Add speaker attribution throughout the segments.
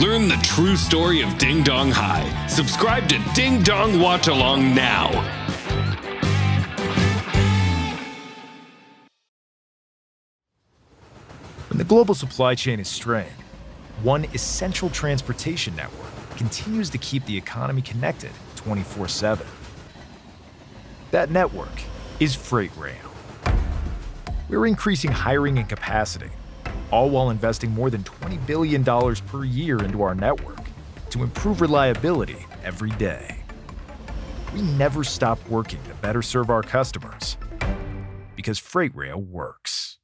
Speaker 1: Learn the true story of Ding Dong High. Subscribe to Ding Dong Watch Along now.
Speaker 2: When the global supply chain is strained, one essential transportation network continues to keep the economy connected 24 7. That network is freight rail. We're increasing hiring and capacity, all while investing more than $20 billion per year into our network to improve reliability every day. We never stop working to better serve our customers because freight rail works.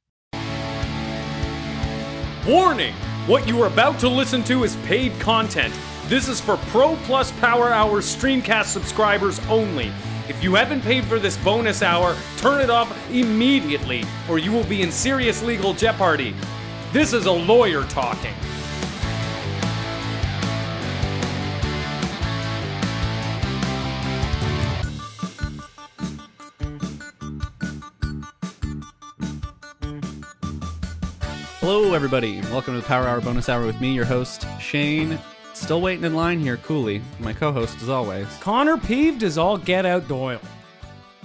Speaker 3: Warning! What you are about to listen to is paid content. This is for Pro Plus Power Hour Streamcast subscribers only. If you haven't paid for this bonus hour, turn it off immediately, or you will be in serious legal jeopardy. This is a lawyer talking.
Speaker 4: Hello, everybody. Welcome to the Power Hour Bonus Hour with me, your host, Shane. Still waiting in line here, coolly. My co host, as always.
Speaker 3: Connor peeved is all get out Doyle.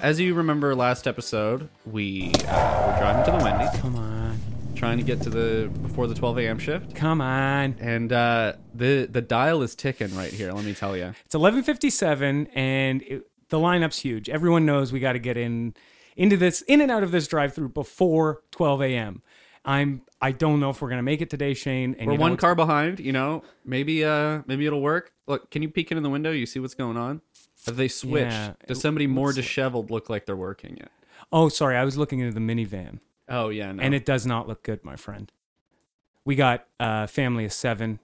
Speaker 4: As you remember last episode, we uh, were driving to the Wendy's,
Speaker 3: Come on.
Speaker 4: trying to get to the before the 12 a.m. shift.
Speaker 3: Come on.
Speaker 4: And uh, the the dial is ticking right here, let me tell you.
Speaker 3: It's 11:57 and it, the lineup's huge. Everyone knows we got to get in into this in and out of this drive-through before 12 a.m. I'm I don't know if we're gonna make it today, Shane. And
Speaker 4: We're
Speaker 3: you know
Speaker 4: one
Speaker 3: it's-
Speaker 4: car behind, you know. Maybe uh maybe it'll work. Look, can you peek in the window? You see what's going on? Have they switched?
Speaker 3: Yeah,
Speaker 4: Does somebody more disheveled look like they're working yet?
Speaker 3: Oh, sorry, I was looking into the minivan,
Speaker 4: Oh yeah, no.
Speaker 3: and it does not look good, my friend. We got a family of seven,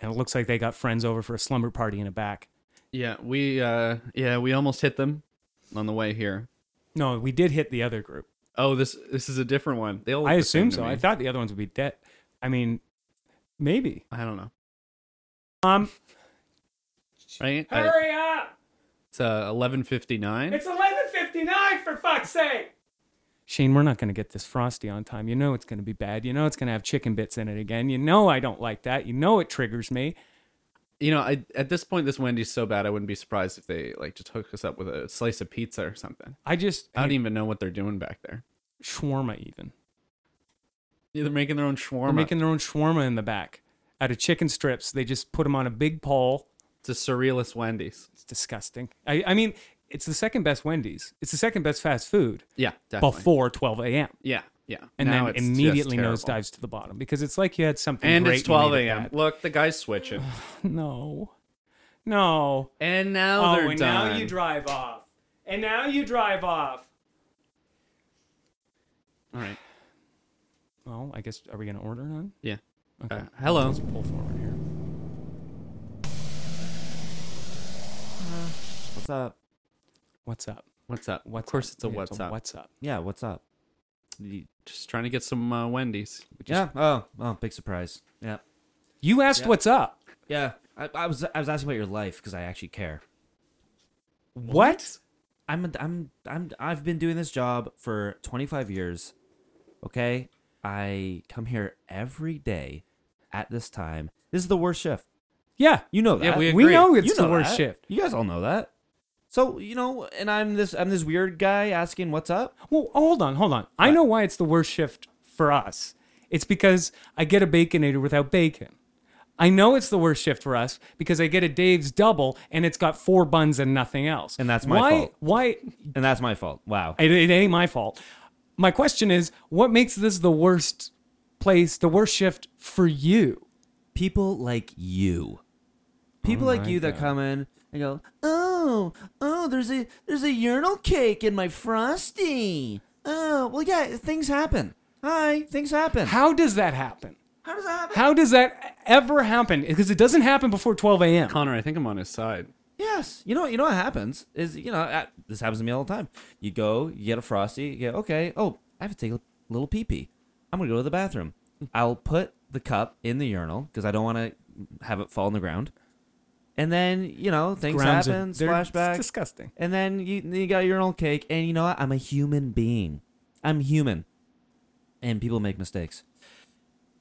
Speaker 3: and it looks like they got friends over for a slumber party in the back.
Speaker 4: Yeah, we uh yeah, we almost hit them on the way here.
Speaker 3: No, we did hit the other group.
Speaker 4: Oh, this this is a different one. They all look
Speaker 3: I
Speaker 4: the
Speaker 3: assume
Speaker 4: same to
Speaker 3: so.
Speaker 4: me.
Speaker 3: I thought the other ones would be dead. I mean, maybe.
Speaker 4: I don't know.
Speaker 3: Um,
Speaker 4: Right? I-
Speaker 3: hurry up!
Speaker 4: it's uh, 11:59.
Speaker 3: It's 11:59 for fuck's sake. Shane, we're not going to get this frosty on time. You know it's going to be bad. You know it's going to have chicken bits in it again. You know I don't like that. You know it triggers me.
Speaker 4: You know, I at this point this Wendy's so bad I wouldn't be surprised if they like just hook us up with a slice of pizza or something.
Speaker 3: I just
Speaker 4: I don't
Speaker 3: hey,
Speaker 4: even know what they're doing back there.
Speaker 3: shawarma even.
Speaker 4: Yeah, they're making their own
Speaker 3: They're
Speaker 4: shawarma.
Speaker 3: making their own shawarma in the back out of chicken strips. They just put them on a big pole.
Speaker 4: It's a surrealist Wendy's.
Speaker 3: It's disgusting. I, I mean, it's the second best Wendy's. It's the second best fast food
Speaker 4: Yeah, definitely.
Speaker 3: before 12 a.m.
Speaker 4: Yeah, yeah.
Speaker 3: And
Speaker 4: Now
Speaker 3: then
Speaker 4: it's just
Speaker 3: immediately
Speaker 4: terrible.
Speaker 3: nosedives to the bottom because it's like you had something.
Speaker 4: And
Speaker 3: great
Speaker 4: it's 12
Speaker 3: you made it
Speaker 4: a.m.
Speaker 3: bad.
Speaker 4: Look, the guy's switching.
Speaker 3: No, no.
Speaker 4: And now Oh,
Speaker 3: Oh,
Speaker 4: they're done.
Speaker 3: drive off. And now you drive off.
Speaker 4: All right.
Speaker 3: Well, I guess are we gonna order none?
Speaker 4: Yeah.
Speaker 3: Okay.
Speaker 4: Uh, hello.
Speaker 3: Let's pull forward here.
Speaker 5: What's up?
Speaker 3: What's up?
Speaker 4: What's up?
Speaker 3: What's
Speaker 4: of course,
Speaker 3: up?
Speaker 4: it's a
Speaker 3: Yeah,
Speaker 4: what's up.
Speaker 3: What's up?
Speaker 5: Yeah, what's up?
Speaker 4: You- Just trying to get some uh, Wendy's.
Speaker 5: yeah. Oh, oh, big surprise. Yeah.
Speaker 3: You asked what's up.
Speaker 5: Yeah. I, I was I was asking about your life because I actually care.
Speaker 3: What?
Speaker 5: I'm I'm I'm I've been doing this job for 25 years. Okay? I come here every day at this time. This is the worst shift.
Speaker 3: Yeah.
Speaker 5: You know that.
Speaker 4: Yeah, we
Speaker 3: We
Speaker 4: Agree.
Speaker 3: know it's
Speaker 5: you
Speaker 3: the
Speaker 5: know
Speaker 3: worst
Speaker 5: that.
Speaker 3: shift.
Speaker 5: You guys all know that. So, you know, and I'm this I'm this weird guy asking what's up?
Speaker 3: Well, hold on, hold on. I know why it's the worst shift for us. It's because I get a baconator without bacon. I know it's the worst shift for us because I get a Dave's double and it's got four buns and nothing else.
Speaker 5: And that's my
Speaker 3: why,
Speaker 5: fault.
Speaker 3: Why
Speaker 5: And that's my fault. Wow.
Speaker 3: It, it ain't my fault. My question is, what makes this the worst place, the worst shift for you?
Speaker 5: people like you people like you that come in and go oh oh there's a there's a urinal cake in my frosty oh well yeah things happen hi things happen how,
Speaker 3: How does that happen?
Speaker 5: does that happen
Speaker 3: How does that ever happen? Because it doesn't happen before 12 a.m.
Speaker 4: Connor, I think I'm on his side.
Speaker 5: Yes, you know, you know what happens is you know uh this happens to me all the time. You go, you get a frosty, you go, okay, oh, I have to take a little pee pee. I'm gonna go to the bathroom. I'll put the cup in the urinal because I don't want to have it fall on the ground. And then you know things
Speaker 3: Grounds
Speaker 5: happen,
Speaker 3: it. They're-
Speaker 5: splashback,
Speaker 3: It's disgusting.
Speaker 5: and then you then you got urinal cake, and you know what? I'm a human being. I'm human, and people make mistakes.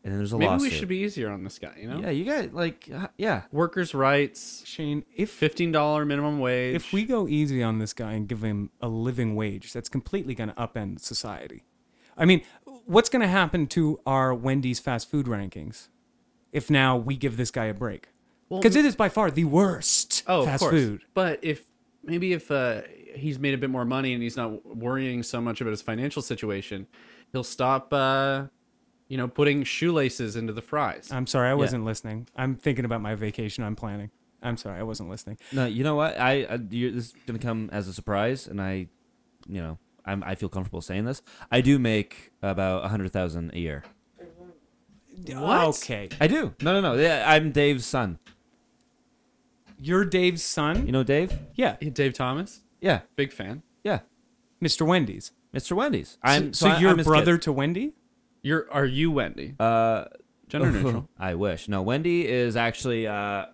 Speaker 5: And then there's a
Speaker 4: Maybe
Speaker 5: lawsuit.
Speaker 4: we should be easier on this guy. You know,
Speaker 5: Yeah, you got like uh, yeah.
Speaker 4: workers' rights,
Speaker 3: Shane, if
Speaker 4: fifteen dollar minimum wage.
Speaker 3: if we go easy on this guy and give him a living wage, that's completely going to upend society. I mean, what's going to happen to our Wendy's fast food rankings if now we give this guy a break? Because it is by far the worst
Speaker 4: oh,
Speaker 3: fast
Speaker 4: of course.
Speaker 3: food.
Speaker 4: But if maybe if uh, he's made a bit more money and he's not worrying so much about his financial situation, he'll stop. Uh, you know, putting shoelaces into the fries.
Speaker 3: I'm sorry, I wasn't listening. I'm thinking about my vacation I'm planning. I'm sorry, I wasn't listening.
Speaker 5: No, you know what? I, I you're, this is gonna come as a surprise, and I, you know, I'm I feel comfortable saying this. I do make about a hundred thousand a year.
Speaker 3: Okay.
Speaker 5: I do. No, no, no. Yeah, I'm Dave's son.
Speaker 3: You're Dave's son?
Speaker 5: You know Dave?
Speaker 3: Yeah.
Speaker 4: Dave Thomas,
Speaker 5: Yeah,
Speaker 4: big fan.
Speaker 5: yeah.
Speaker 3: Mr. Wendy's.
Speaker 5: Mr. Wendy's. I'm
Speaker 3: so
Speaker 5: I-
Speaker 3: your
Speaker 5: I'm his
Speaker 3: brother
Speaker 5: kid.
Speaker 3: to Wendy?
Speaker 4: You're are you Wendy? Uh, gender neutral.
Speaker 5: I wish. No, Wendy is actually uh,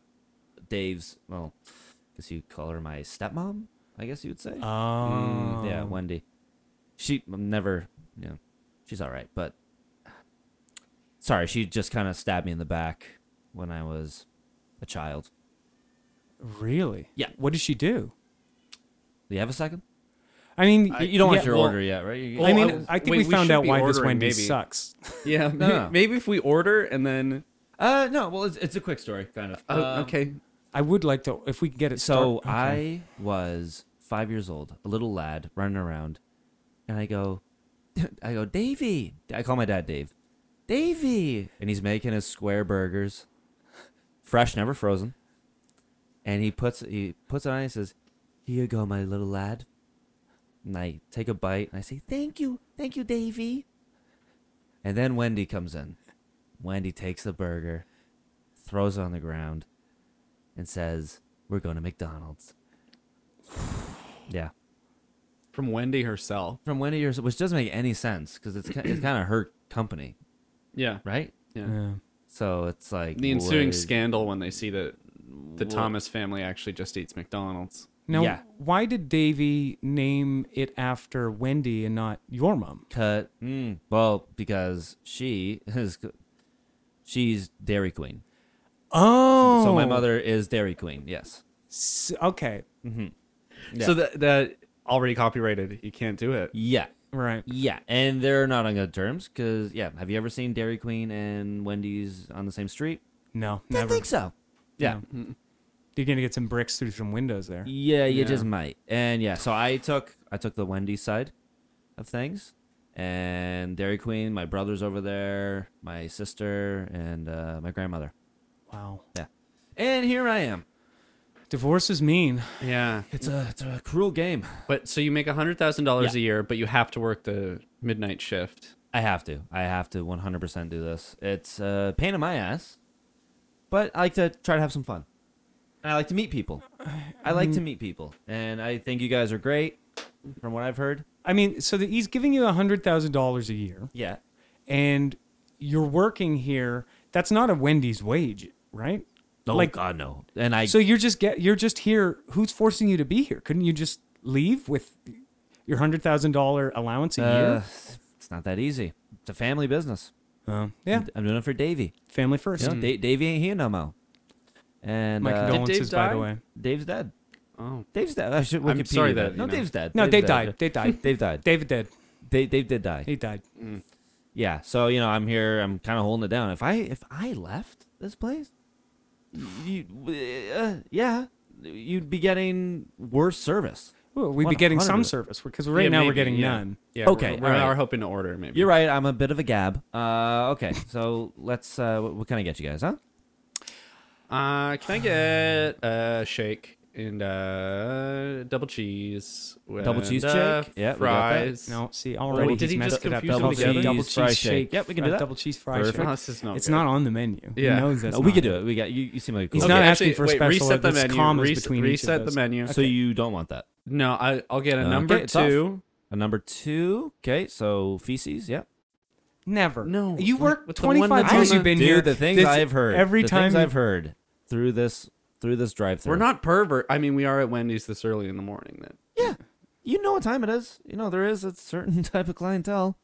Speaker 5: Dave's. Well, I guess you call her my stepmom. I guess you would say. Mm,
Speaker 3: Oh.
Speaker 5: yeah, Wendy. She I'm never, you know, she's all right, but sorry, she just kind of stabbed me in the back when I was a child.
Speaker 3: Really?
Speaker 5: Yeah.
Speaker 3: What does she do?
Speaker 5: Do you have a second?
Speaker 3: I mean,
Speaker 5: You don't
Speaker 3: yeah, Oh.
Speaker 5: want your
Speaker 4: well-
Speaker 5: order yet, right? You-
Speaker 3: I
Speaker 4: Well,
Speaker 3: mean,
Speaker 4: uh,
Speaker 3: I think
Speaker 4: wait,
Speaker 3: we,
Speaker 4: we
Speaker 3: found
Speaker 4: should
Speaker 3: out
Speaker 4: be
Speaker 3: why this
Speaker 4: ordering,
Speaker 3: Wendy
Speaker 4: maybe.
Speaker 3: sucks.
Speaker 4: Yeah, may- maybe,
Speaker 5: no.
Speaker 4: if we order and then
Speaker 5: uh, no, well, it's, it's a quick story, kind of.
Speaker 4: oh,
Speaker 5: Um,
Speaker 4: okay,
Speaker 3: I would like to, if we could get it.
Speaker 5: So
Speaker 3: start- okay.
Speaker 5: I was five years old, a little lad running around, and I go, I go, Davy. I call my dad Dave. Davy, and he's making his square burgers, fresh, never frozen. And he puts he puts it on. And he says, "Here you go, my little lad." And I take a bite and I say, "Thank you, thank you, Davy." And then Wendy comes in. Wendy takes the burger, throws it on the ground, and says, "We're going to McDonald's." yeah,
Speaker 4: from Wendy herself.
Speaker 5: from Wendy, yours, which doesn't make any sense because it's ki- it's kind of her company,
Speaker 4: Yeah,
Speaker 5: right?
Speaker 4: yeah.
Speaker 3: Yeah.
Speaker 5: So it's like
Speaker 4: The ensuing
Speaker 5: what-
Speaker 4: scandal when they see that the Thomas family actually just eats McDonald's.
Speaker 3: Now,
Speaker 5: Yeah.
Speaker 3: why did Davy name it after Wendy and not your mom?
Speaker 5: cut. Mm, well, because she is, she's Dairy Queen.
Speaker 3: Oh,
Speaker 5: So my mother is Dairy Queen. Yes.
Speaker 3: S- okay,
Speaker 4: So that that already copyrighted. You can't do it.
Speaker 5: Yeah.
Speaker 3: right.
Speaker 5: Yeah, and they're not on good terms because yeah. Have you ever seen Dairy Queen and Wendy's on the same street?
Speaker 3: No,
Speaker 5: I
Speaker 3: never.
Speaker 5: think so. Yeah.
Speaker 3: You're gonna get some bricks through some windows there.
Speaker 5: Yeah, you just might. And yeah, so I took I took the Wendy's side of things, and Dairy Queen. My brother's over there, my sister, and uh, my grandmother.
Speaker 3: Wow,
Speaker 5: Yeah, and here I am.
Speaker 3: divorce is mean.
Speaker 4: Yeah,
Speaker 5: It's a it's a cruel game.
Speaker 4: but so you make a hundred thousand dollars a year, but you have to work the midnight shift.
Speaker 5: I have to. I have to 100% do this. It's a pain in my ass, but I like to try to have some fun. And I like to meet people. I like to meet people, and I think you guys are great, from what I've heard.
Speaker 3: I mean, so that he's giving you a hundred thousand dollars a year,
Speaker 5: Yeah.
Speaker 3: and you're working here. That's not a Wendy's wage, right?
Speaker 5: Oh
Speaker 3: Like-
Speaker 5: God, no. And I
Speaker 3: So you're just get you're just here. Who's forcing you to be here? Couldn't you just leave with your hundred thousand dollar allowance a
Speaker 5: Uh,
Speaker 3: year?
Speaker 5: it's not that easy. It's a family business.
Speaker 3: Oh, yeah,
Speaker 5: I'm doing it for Davey.
Speaker 3: family first.
Speaker 5: You know, Da- Davey ain't here no more. And
Speaker 3: My
Speaker 5: uh,
Speaker 3: condolences,
Speaker 4: Dave
Speaker 3: by
Speaker 4: die?
Speaker 3: the way.
Speaker 5: Dave's dead.
Speaker 4: Oh,
Speaker 5: Dave's dead. I should
Speaker 4: I'm
Speaker 5: Wikipedia
Speaker 4: sorry that, you
Speaker 5: no,
Speaker 4: know.
Speaker 5: Dave's dead.
Speaker 3: No, Dave
Speaker 5: Dave's
Speaker 3: died. Dave died.
Speaker 5: Dave died.
Speaker 3: David did.
Speaker 5: Dave, Dave did die.
Speaker 3: He died.
Speaker 5: Yeah. So you know, I'm here. I'm kind of holding it down. If I if I left this place, you, uh, yeah, you'd be getting worse service.
Speaker 3: Well, we'd be getting some
Speaker 5: 100%.
Speaker 3: service because right
Speaker 4: Yeah,
Speaker 3: now we're
Speaker 4: maybe,
Speaker 3: getting
Speaker 4: yeah.
Speaker 3: none.
Speaker 4: Yeah, we're-
Speaker 5: Okay,
Speaker 4: we're,
Speaker 5: all right.
Speaker 4: are hoping to order. Maybe
Speaker 5: You're right. I'm a bit of a gab. Uh, okay. So let's. Uh, what, what can I get you guys? Huh?
Speaker 4: Uh, can I get a shake and uh, double cheese.
Speaker 5: Double cheese
Speaker 4: and, uh,
Speaker 5: shake? Yeah, we got that.
Speaker 4: fries.
Speaker 3: No, see, already
Speaker 4: did
Speaker 3: he's
Speaker 4: he
Speaker 3: messed
Speaker 4: just
Speaker 3: it up.
Speaker 4: confuse them
Speaker 3: Double
Speaker 4: together?
Speaker 3: cheese, double
Speaker 5: Double
Speaker 3: cheese
Speaker 5: fry
Speaker 3: shake.
Speaker 5: shake. Yep, we can do
Speaker 3: uh,
Speaker 5: that.
Speaker 3: Double cheese fry
Speaker 5: Perfect.
Speaker 3: shake.
Speaker 4: No, this is not
Speaker 3: it's
Speaker 4: good.
Speaker 3: not on the menu.
Speaker 4: Yeah.
Speaker 3: He knows that's
Speaker 5: No, we
Speaker 3: not
Speaker 5: could
Speaker 3: on
Speaker 5: do it. We got you. You seem like a
Speaker 3: He's
Speaker 5: cool
Speaker 3: not
Speaker 5: guy.
Speaker 3: asking for a
Speaker 4: wait,
Speaker 3: special
Speaker 4: Reset the
Speaker 3: if it's
Speaker 4: menu.
Speaker 3: commas
Speaker 4: reset,
Speaker 3: between each of
Speaker 4: reset
Speaker 3: those.
Speaker 4: the menu.
Speaker 5: So you don't want that.
Speaker 4: no, I, I'll get a number
Speaker 5: okay, it's off.
Speaker 4: two.
Speaker 5: A number two. Okay, so feces. Yep.
Speaker 3: Never.
Speaker 4: No,
Speaker 3: You
Speaker 4: like,
Speaker 3: work
Speaker 4: with the one
Speaker 3: 25
Speaker 4: that's
Speaker 3: years
Speaker 4: on
Speaker 3: you've
Speaker 4: the-
Speaker 3: been
Speaker 5: Dude,
Speaker 3: here.
Speaker 5: the things
Speaker 3: This-
Speaker 5: I've heard.
Speaker 3: Every
Speaker 5: the
Speaker 3: time
Speaker 5: things I've heard through this through this drive through.
Speaker 4: We're not pervert. I mean, we are at Wendy's this early in the morning. Then
Speaker 5: Yeah. You know what time it is. You know there is a certain type of clientele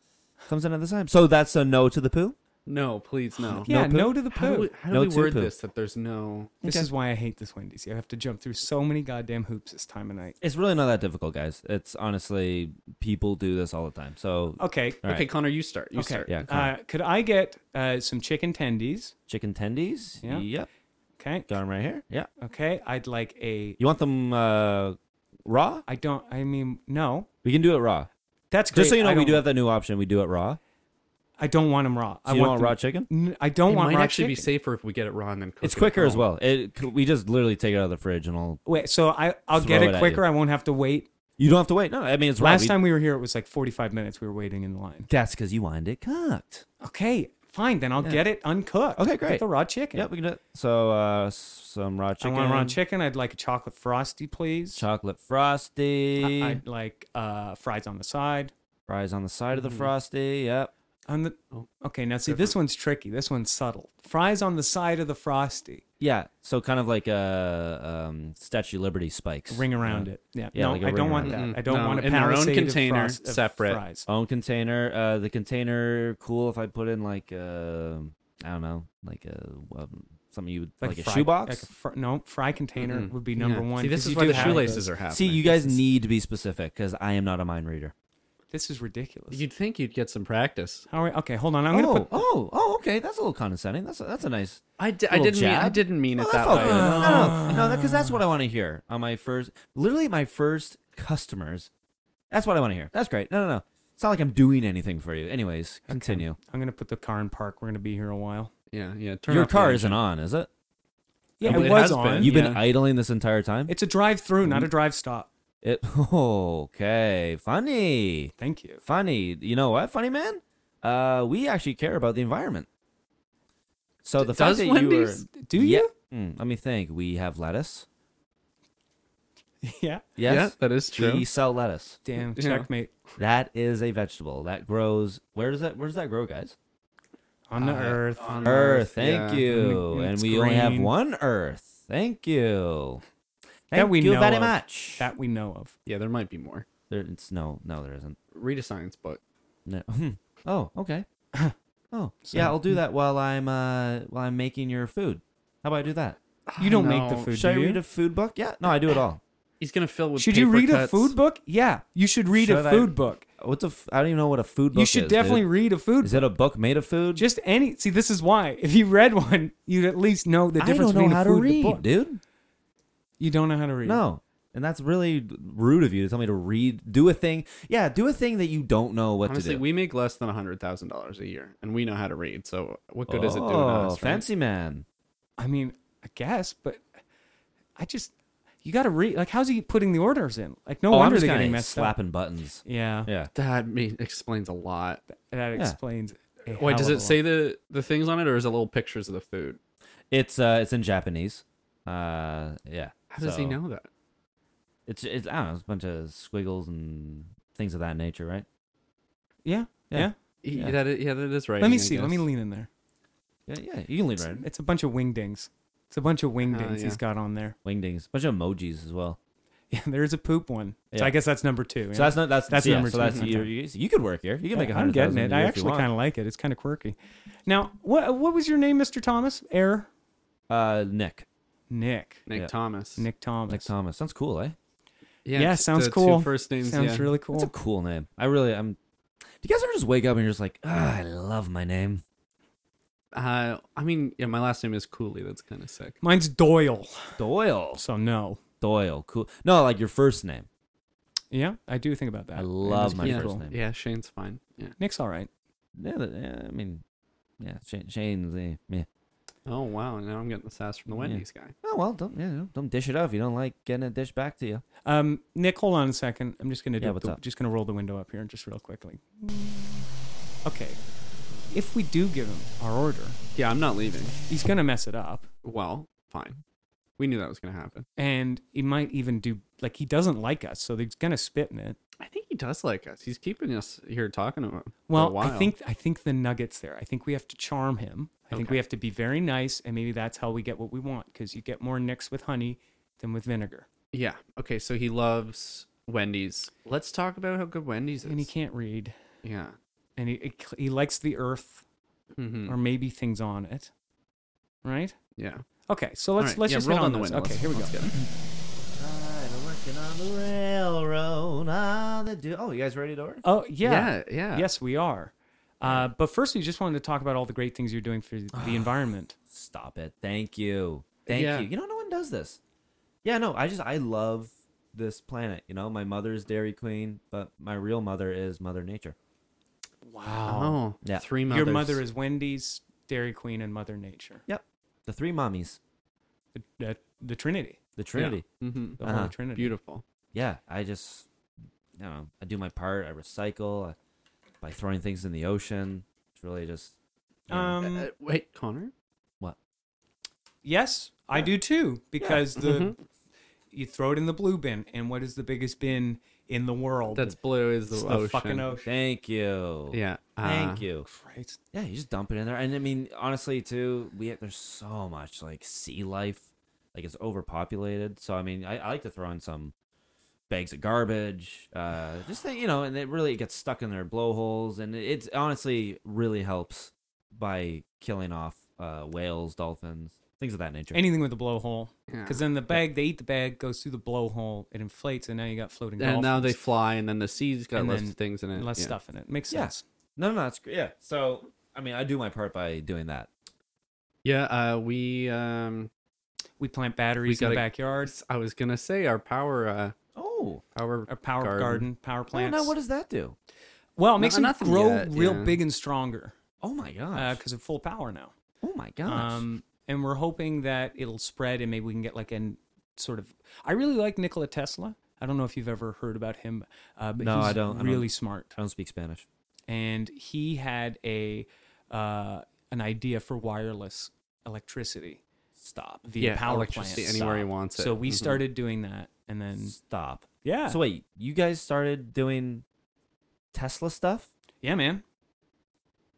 Speaker 5: comes in at this time. So that's a no to the poo.
Speaker 4: no, please no.
Speaker 3: Yeah,
Speaker 5: No poo.
Speaker 3: no to the
Speaker 4: How do we,
Speaker 3: poo.
Speaker 4: how do
Speaker 5: No
Speaker 4: we
Speaker 5: two
Speaker 4: word
Speaker 5: poo.
Speaker 4: this that there's no?
Speaker 3: This is why I hate this Wendy's. You have to jump through so many goddamn hoops this time of night.
Speaker 5: It's really not that difficult, guys. It's honestly people do this all the time. So
Speaker 3: Okay.
Speaker 5: All right.
Speaker 4: Okay, Connor, you start. You
Speaker 3: Okay.
Speaker 4: start.
Speaker 5: Yeah, come
Speaker 3: Uh, could I get uh, some chicken tendies?
Speaker 5: chicken tendies.
Speaker 3: Yeah.
Speaker 5: Yep.
Speaker 3: Okay.
Speaker 5: Got them right here. Yeah.
Speaker 3: Okay. I'd like a.
Speaker 5: You want them uh, raw?
Speaker 3: I don't. I mean, no.
Speaker 5: We can do it raw.
Speaker 3: That's great.
Speaker 5: Just so you know,
Speaker 3: I
Speaker 5: we
Speaker 3: don't-
Speaker 5: do have that new option. We do it raw.
Speaker 3: I don't want them raw. I
Speaker 5: So you don't want
Speaker 3: them-
Speaker 5: raw chicken?
Speaker 3: N- I don't
Speaker 4: It
Speaker 3: want
Speaker 4: might
Speaker 3: raw
Speaker 4: actually be
Speaker 3: chicken.
Speaker 4: safer if we get it raw and then cook
Speaker 5: It's
Speaker 4: it
Speaker 5: quicker
Speaker 4: at
Speaker 5: as
Speaker 4: home.
Speaker 5: well. It c- we just literally take it out of the fridge and I'll.
Speaker 3: Wait. So I I'll get
Speaker 5: Throw it
Speaker 3: it
Speaker 5: at
Speaker 3: quicker.
Speaker 5: you.
Speaker 3: I won't have to wait.
Speaker 5: You don't have to wait. No, I mean it's raw.
Speaker 3: Last
Speaker 5: We-
Speaker 3: time we were here, it was like 45 minutes. We were waiting in line.
Speaker 5: That's because you wanted it cooked.
Speaker 3: Okay. Fine. Then I'll
Speaker 5: Yeah.
Speaker 3: get it uncooked.
Speaker 5: Okay,
Speaker 3: Get
Speaker 5: great.
Speaker 3: the raw chicken.
Speaker 5: Yep, we can do it. So uh, s- some raw chicken.
Speaker 3: I want raw chicken. I'd like a chocolate frosty, please.
Speaker 5: Chocolate
Speaker 3: I-
Speaker 5: frosty.
Speaker 3: I'd like uh, fries on the side.
Speaker 5: Fries on the side of the frosty. Yep.
Speaker 3: On the
Speaker 5: Oh,
Speaker 3: okay, now see this one's tricky. This one's subtle. Fries on the side of the frosty.
Speaker 5: Yeah. So kind of like uh, um, Statue of Liberty spikes.
Speaker 3: Ring around
Speaker 5: Uh,
Speaker 3: it. Yeah.
Speaker 5: Yeah,
Speaker 3: no,
Speaker 5: like a
Speaker 3: I
Speaker 5: ring
Speaker 3: don't want
Speaker 5: around
Speaker 4: it.
Speaker 3: that. I don't
Speaker 4: No,
Speaker 3: want a
Speaker 4: in their own
Speaker 3: palisade of
Speaker 4: container,
Speaker 3: frost- of
Speaker 4: separate.
Speaker 3: fries.
Speaker 5: Own container. Uh, the container. Cool. If I put in like uh, I don't know, like a um, something you would like, a
Speaker 3: fry-
Speaker 5: shoebox.
Speaker 3: Like a fr- no, fry container
Speaker 4: Mm-mm.
Speaker 3: would be number
Speaker 4: Yeah.
Speaker 3: one.
Speaker 4: See, this
Speaker 3: 'cause
Speaker 4: is
Speaker 3: you
Speaker 4: why
Speaker 3: do
Speaker 4: the
Speaker 3: have
Speaker 4: shoelaces
Speaker 3: those.
Speaker 4: are happening.
Speaker 5: Mm-hmm. See, you guys need to be specific because I am not a mind reader.
Speaker 3: This is ridiculous.
Speaker 4: You'd think you'd get some practice.
Speaker 3: How are we? Okay, hold on. I'm gonna
Speaker 5: oh,
Speaker 3: put.
Speaker 5: oh, oh, okay. That's a little condescending. That's a, that's a nice.
Speaker 4: I, d- I
Speaker 5: Little
Speaker 4: didn't mean, I
Speaker 5: jab.
Speaker 4: didn't mean it
Speaker 5: Oh,
Speaker 4: that
Speaker 5: felt
Speaker 4: way.
Speaker 5: good. No, no, no, because that's what I want to hear on my first, literally my first customers. That's what I want to hear. That's great. No, no, no. It's not like I'm doing anything for you. Anyways, continue.
Speaker 3: I'm gonna put the car in park. We're gonna be here a while.
Speaker 4: Yeah, yeah. turn
Speaker 5: Your
Speaker 4: off the
Speaker 5: car
Speaker 4: light.
Speaker 5: isn't on, is it?
Speaker 3: Yeah,
Speaker 4: It
Speaker 3: it, was
Speaker 4: has been.
Speaker 3: on.
Speaker 5: You've been
Speaker 4: Yeah.
Speaker 5: idling this entire time.
Speaker 3: It's a drive-through, not a drive-stop.
Speaker 5: It okay, funny,
Speaker 3: Thank you.
Speaker 5: funny. You know what, funny man? Uh, we actually care about the environment. So the fact
Speaker 4: Does
Speaker 5: that
Speaker 4: Wendy's?
Speaker 5: you were,
Speaker 3: Do
Speaker 5: Yeah.
Speaker 3: you?
Speaker 5: Mm, let me think. We have lettuce.
Speaker 3: Yeah.
Speaker 5: Yes,
Speaker 4: Yeah, that is true.
Speaker 5: we sell lettuce.
Speaker 3: Damn.
Speaker 4: Yeah.
Speaker 3: Checkmate
Speaker 5: That is a vegetable that grows. Where does that? Where does that grow, guys?
Speaker 3: on the
Speaker 4: Uh,
Speaker 3: earth.
Speaker 4: on
Speaker 5: Earth. Thank
Speaker 4: yeah.
Speaker 5: you.
Speaker 3: And
Speaker 5: And
Speaker 3: it's
Speaker 5: we only have
Speaker 3: green.
Speaker 5: one Earth. Thank you.
Speaker 3: That
Speaker 5: Thank
Speaker 3: we
Speaker 5: you
Speaker 3: know
Speaker 5: very
Speaker 3: of.
Speaker 5: much.
Speaker 3: that we know of.
Speaker 4: Yeah, there might be more.
Speaker 5: There, it's no, no, there isn't.
Speaker 4: Read a science book.
Speaker 5: No. Hmm. Oh, okay. Oh, yeah. I'll do that while I'm uh while I'm making your food. How about I do that?
Speaker 3: You don't make the
Speaker 4: no.
Speaker 3: food.
Speaker 5: Should I
Speaker 3: do you?
Speaker 5: read a food book? Yeah. No, I do it all.
Speaker 4: He's gonna fill with.
Speaker 3: Should you
Speaker 4: paper
Speaker 3: read
Speaker 4: cuts.
Speaker 3: a food book? Yeah, you should read
Speaker 5: Should
Speaker 3: a
Speaker 5: I?
Speaker 3: food book.
Speaker 5: What's a? F- I don't even know what a food book
Speaker 3: You
Speaker 5: is.
Speaker 3: should definitely
Speaker 5: dude.
Speaker 3: read a food.
Speaker 5: Is
Speaker 3: book.
Speaker 5: it a book made of food?
Speaker 3: Just any. See, this is why. If you read one, you'd at least know the
Speaker 5: I
Speaker 3: difference
Speaker 5: don't know
Speaker 3: between
Speaker 5: how
Speaker 3: a
Speaker 5: to
Speaker 3: food
Speaker 5: read,
Speaker 3: and a book.
Speaker 5: dude.
Speaker 3: You don't know how to read.
Speaker 5: No. And that's really rude of you to tell me to read, do a thing. Yeah, do a thing that you don't know what
Speaker 4: Honestly,
Speaker 5: to do.
Speaker 4: we make less than hundred thousand dollars a year, and we know how to read. So what good is it doing
Speaker 5: Oh,
Speaker 4: us? right?
Speaker 5: fancy man.
Speaker 3: I mean, I guess, but I just you got to read. Like, how's he putting the orders in? Like, no
Speaker 5: oh, I'm
Speaker 3: wonder
Speaker 5: just
Speaker 3: they're
Speaker 5: kinda
Speaker 3: getting messed up.
Speaker 5: slapping buttons.
Speaker 3: Yeah,
Speaker 5: Yeah.
Speaker 4: That may, explains a lot.
Speaker 3: that explains. a
Speaker 4: Wait, does
Speaker 3: hell of
Speaker 4: it
Speaker 3: a
Speaker 4: say
Speaker 3: lot.
Speaker 4: the the things on it, or is it little pictures of the food?
Speaker 5: It's uh it's in Japanese. Uh yeah.
Speaker 4: How does he
Speaker 5: So,
Speaker 4: know that?
Speaker 5: It's it's I don't know, it's a bunch of squiggles and things of that nature, right?
Speaker 3: Yeah, yeah.
Speaker 5: Yeah.
Speaker 4: He,
Speaker 5: Yeah.
Speaker 4: that i- yeah, that is right.
Speaker 3: Let me see. Let me lean in there.
Speaker 5: Yeah, yeah. You can lean
Speaker 3: It's,
Speaker 5: right. Uh-huh, in.
Speaker 3: it's a bunch of wingdings. It's a bunch of wingdings
Speaker 4: yeah.
Speaker 3: he's got on there.
Speaker 5: Wingdings. A bunch of emojis as well.
Speaker 3: Yeah, there is a poop one. So
Speaker 5: Yeah.
Speaker 3: I guess that's number two.
Speaker 5: So that's not that's
Speaker 3: That's
Speaker 5: that's yeah,
Speaker 3: number
Speaker 5: so
Speaker 3: two.
Speaker 5: that's
Speaker 3: Okay.
Speaker 5: you, you, you could work here. You can make a
Speaker 3: I'm
Speaker 5: hundred
Speaker 3: getting it.
Speaker 5: thousand. a
Speaker 3: I
Speaker 5: year if you
Speaker 3: actually
Speaker 5: want.
Speaker 3: kind of like it. It's kind of quirky. Now, what what was your name, Mr. Thomas? Air
Speaker 5: uh Nick.
Speaker 3: Nick.
Speaker 4: Nick
Speaker 5: Yeah.
Speaker 4: Thomas.
Speaker 3: Nick Thomas.
Speaker 5: Nick Thomas. Sounds cool, eh?
Speaker 4: Yeah,
Speaker 3: Yeah,
Speaker 4: it's
Speaker 3: sounds
Speaker 4: the
Speaker 3: cool.
Speaker 4: Two first names.
Speaker 3: Sounds
Speaker 4: yeah.
Speaker 3: really
Speaker 5: It's a
Speaker 3: cool.
Speaker 5: cool name. I really I'm Do you guys ever just wake up and you're just like, ah, I love my name?
Speaker 4: Uh, I mean, yeah, my last name is Cooley. That's kind of sick.
Speaker 3: Mine's Doyle.
Speaker 5: Doyle.
Speaker 3: So no.
Speaker 5: Doyle. Cool. No, like your first name.
Speaker 3: Yeah, I do think about that.
Speaker 5: I
Speaker 3: It is
Speaker 5: love my
Speaker 3: pretty
Speaker 4: yeah,
Speaker 5: first name.
Speaker 4: yeah, Shane's fine. Yeah,
Speaker 3: Nick's all right.
Speaker 5: Yeah, that- yeah, I mean, yeah, Shane, Shane's, eh, meh.
Speaker 4: Oh wow! Now I'm getting the sass from the Wendy's guy.
Speaker 5: Oh well, don't yeah, don't dish it up. You don't like getting a dish back to you.
Speaker 3: Um, Nick, hold on a second. I'm just gonna do
Speaker 5: Yeah, what's
Speaker 3: the,
Speaker 5: up?
Speaker 3: just gonna roll the window up here and just real quickly. Okay, if we do give him our order,
Speaker 4: Yeah, I'm not leaving.
Speaker 3: he's gonna mess it up,
Speaker 4: Well, fine. We knew that was going to happen.
Speaker 3: and he might even do like he doesn't like us, so he's gonna spit in it.
Speaker 4: I think he does like us. He's keeping us here talking to him. for a
Speaker 3: Well, I
Speaker 4: while.
Speaker 3: think I think the nuggets there. I think we have to charm him. I think we have to be very nice, and maybe that's how we get what we want. Because you get more nicks with honey than with vinegar,
Speaker 4: Yeah. Okay. So he loves Wendy's. Let's talk about how good Wendy's is.
Speaker 3: and he can't read,
Speaker 4: yeah.
Speaker 3: and he he- he likes the earth
Speaker 4: hmm
Speaker 3: or maybe things on it, right?
Speaker 4: Yeah.
Speaker 3: Okay, so let's
Speaker 4: right,
Speaker 3: let's
Speaker 4: yeah,
Speaker 3: just
Speaker 4: roll
Speaker 3: hit on
Speaker 4: down the
Speaker 3: this.
Speaker 4: window.
Speaker 3: Okay,
Speaker 4: Let's-
Speaker 3: here we go.
Speaker 4: let's get it.
Speaker 5: Right, I'm working on the railroad. On the do- oh, you guys ready to order?
Speaker 3: Oh yeah,
Speaker 4: Yeah, yeah.
Speaker 3: yes we are. Uh, but first, we just wanted to talk about all the great things you're doing for the environment.
Speaker 5: Stop it. Thank you. Thank
Speaker 4: Yeah.
Speaker 5: you. You know, no one does this. Yeah, no, I just I love this planet. You know, my mother's Dairy Queen, but my real mother is Mother Nature.
Speaker 3: Wow,
Speaker 4: Oh,
Speaker 5: Yeah.
Speaker 4: Three mothers.
Speaker 3: your mother is Wendy's, Dairy Queen, and Mother Nature.
Speaker 5: Yep. The three mommies,
Speaker 3: The, the, the Trinity,
Speaker 5: the Trinity.
Speaker 4: hmm
Speaker 3: the
Speaker 5: Uh-huh.
Speaker 3: Holy Trinity.
Speaker 4: beautiful.
Speaker 5: Yeah, I just you know, I do my part. I recycle I, by throwing things in the ocean. It's really just you know,
Speaker 3: Um,
Speaker 4: Uh, wait, Connor.
Speaker 5: what?
Speaker 3: Yes, I do too. Because the
Speaker 4: Mm-hmm.
Speaker 3: you throw it in the blue bin, and what is the biggest bin in the world?
Speaker 4: That's blue. Is the,
Speaker 3: Oh, It's the
Speaker 4: ocean.
Speaker 3: fucking ocean.
Speaker 5: Thank you.
Speaker 4: Yeah.
Speaker 5: Thank
Speaker 4: uh,
Speaker 5: you.
Speaker 3: Right.
Speaker 5: Yeah, you just dump it in there. And I mean, honestly, too, we there's so much like sea life, like it's overpopulated. So I mean, I, I like to throw in some bags of garbage, uh, just think, you know, and it really gets stuck in their blowholes, and it, it honestly really helps by killing off uh, whales, dolphins, things of that nature.
Speaker 3: Anything with a blowhole,
Speaker 4: Yeah.
Speaker 3: because then the bag they eat the bag goes through the blowhole, it inflates, and now you got floating.
Speaker 4: And now they
Speaker 3: dolphins
Speaker 4: fly, and then the sea's got
Speaker 3: And
Speaker 4: less
Speaker 3: then
Speaker 4: things in it.
Speaker 3: and less
Speaker 4: yeah.
Speaker 3: stuff in it. Makes
Speaker 5: Yeah.
Speaker 3: sense.
Speaker 5: no, no, that's great. Yeah. So I mean, I do my part by doing that.
Speaker 4: Yeah. Uh, we. Um,
Speaker 3: We plant batteries in
Speaker 4: gotta-
Speaker 3: the backyard,
Speaker 4: I was gonna say our power. Uh,
Speaker 5: Oh,
Speaker 4: our,
Speaker 3: our power garden, power
Speaker 5: well,
Speaker 3: plants.
Speaker 5: Oh, now what does that do?
Speaker 3: well, it makes
Speaker 4: No-
Speaker 3: them
Speaker 4: nothing
Speaker 3: grow
Speaker 4: yet,
Speaker 3: real
Speaker 4: yeah.
Speaker 3: big and stronger
Speaker 5: Oh my gosh!
Speaker 3: because of full power now.
Speaker 5: oh my gosh!
Speaker 3: Um, and we're hoping that it'll spread and maybe we can get like an sort of. I really like Nikola Tesla. I don't know if you've ever heard about him, uh, but
Speaker 5: No,
Speaker 3: he's
Speaker 5: I don't- I don't.
Speaker 3: really smart.
Speaker 5: I don't speak Spanish.
Speaker 3: And he had a uh, an idea for wireless electricity. Stop via
Speaker 4: Yeah,
Speaker 3: power
Speaker 4: electricity
Speaker 3: plants.
Speaker 4: anywhere he
Speaker 3: Stop.
Speaker 4: wants it.
Speaker 3: So we
Speaker 4: Mhm.
Speaker 3: started doing that, and then
Speaker 5: Stop.
Speaker 3: yeah,
Speaker 5: Mm-hmm. So wait, you guys started doing Tesla stuff?
Speaker 3: yeah, man.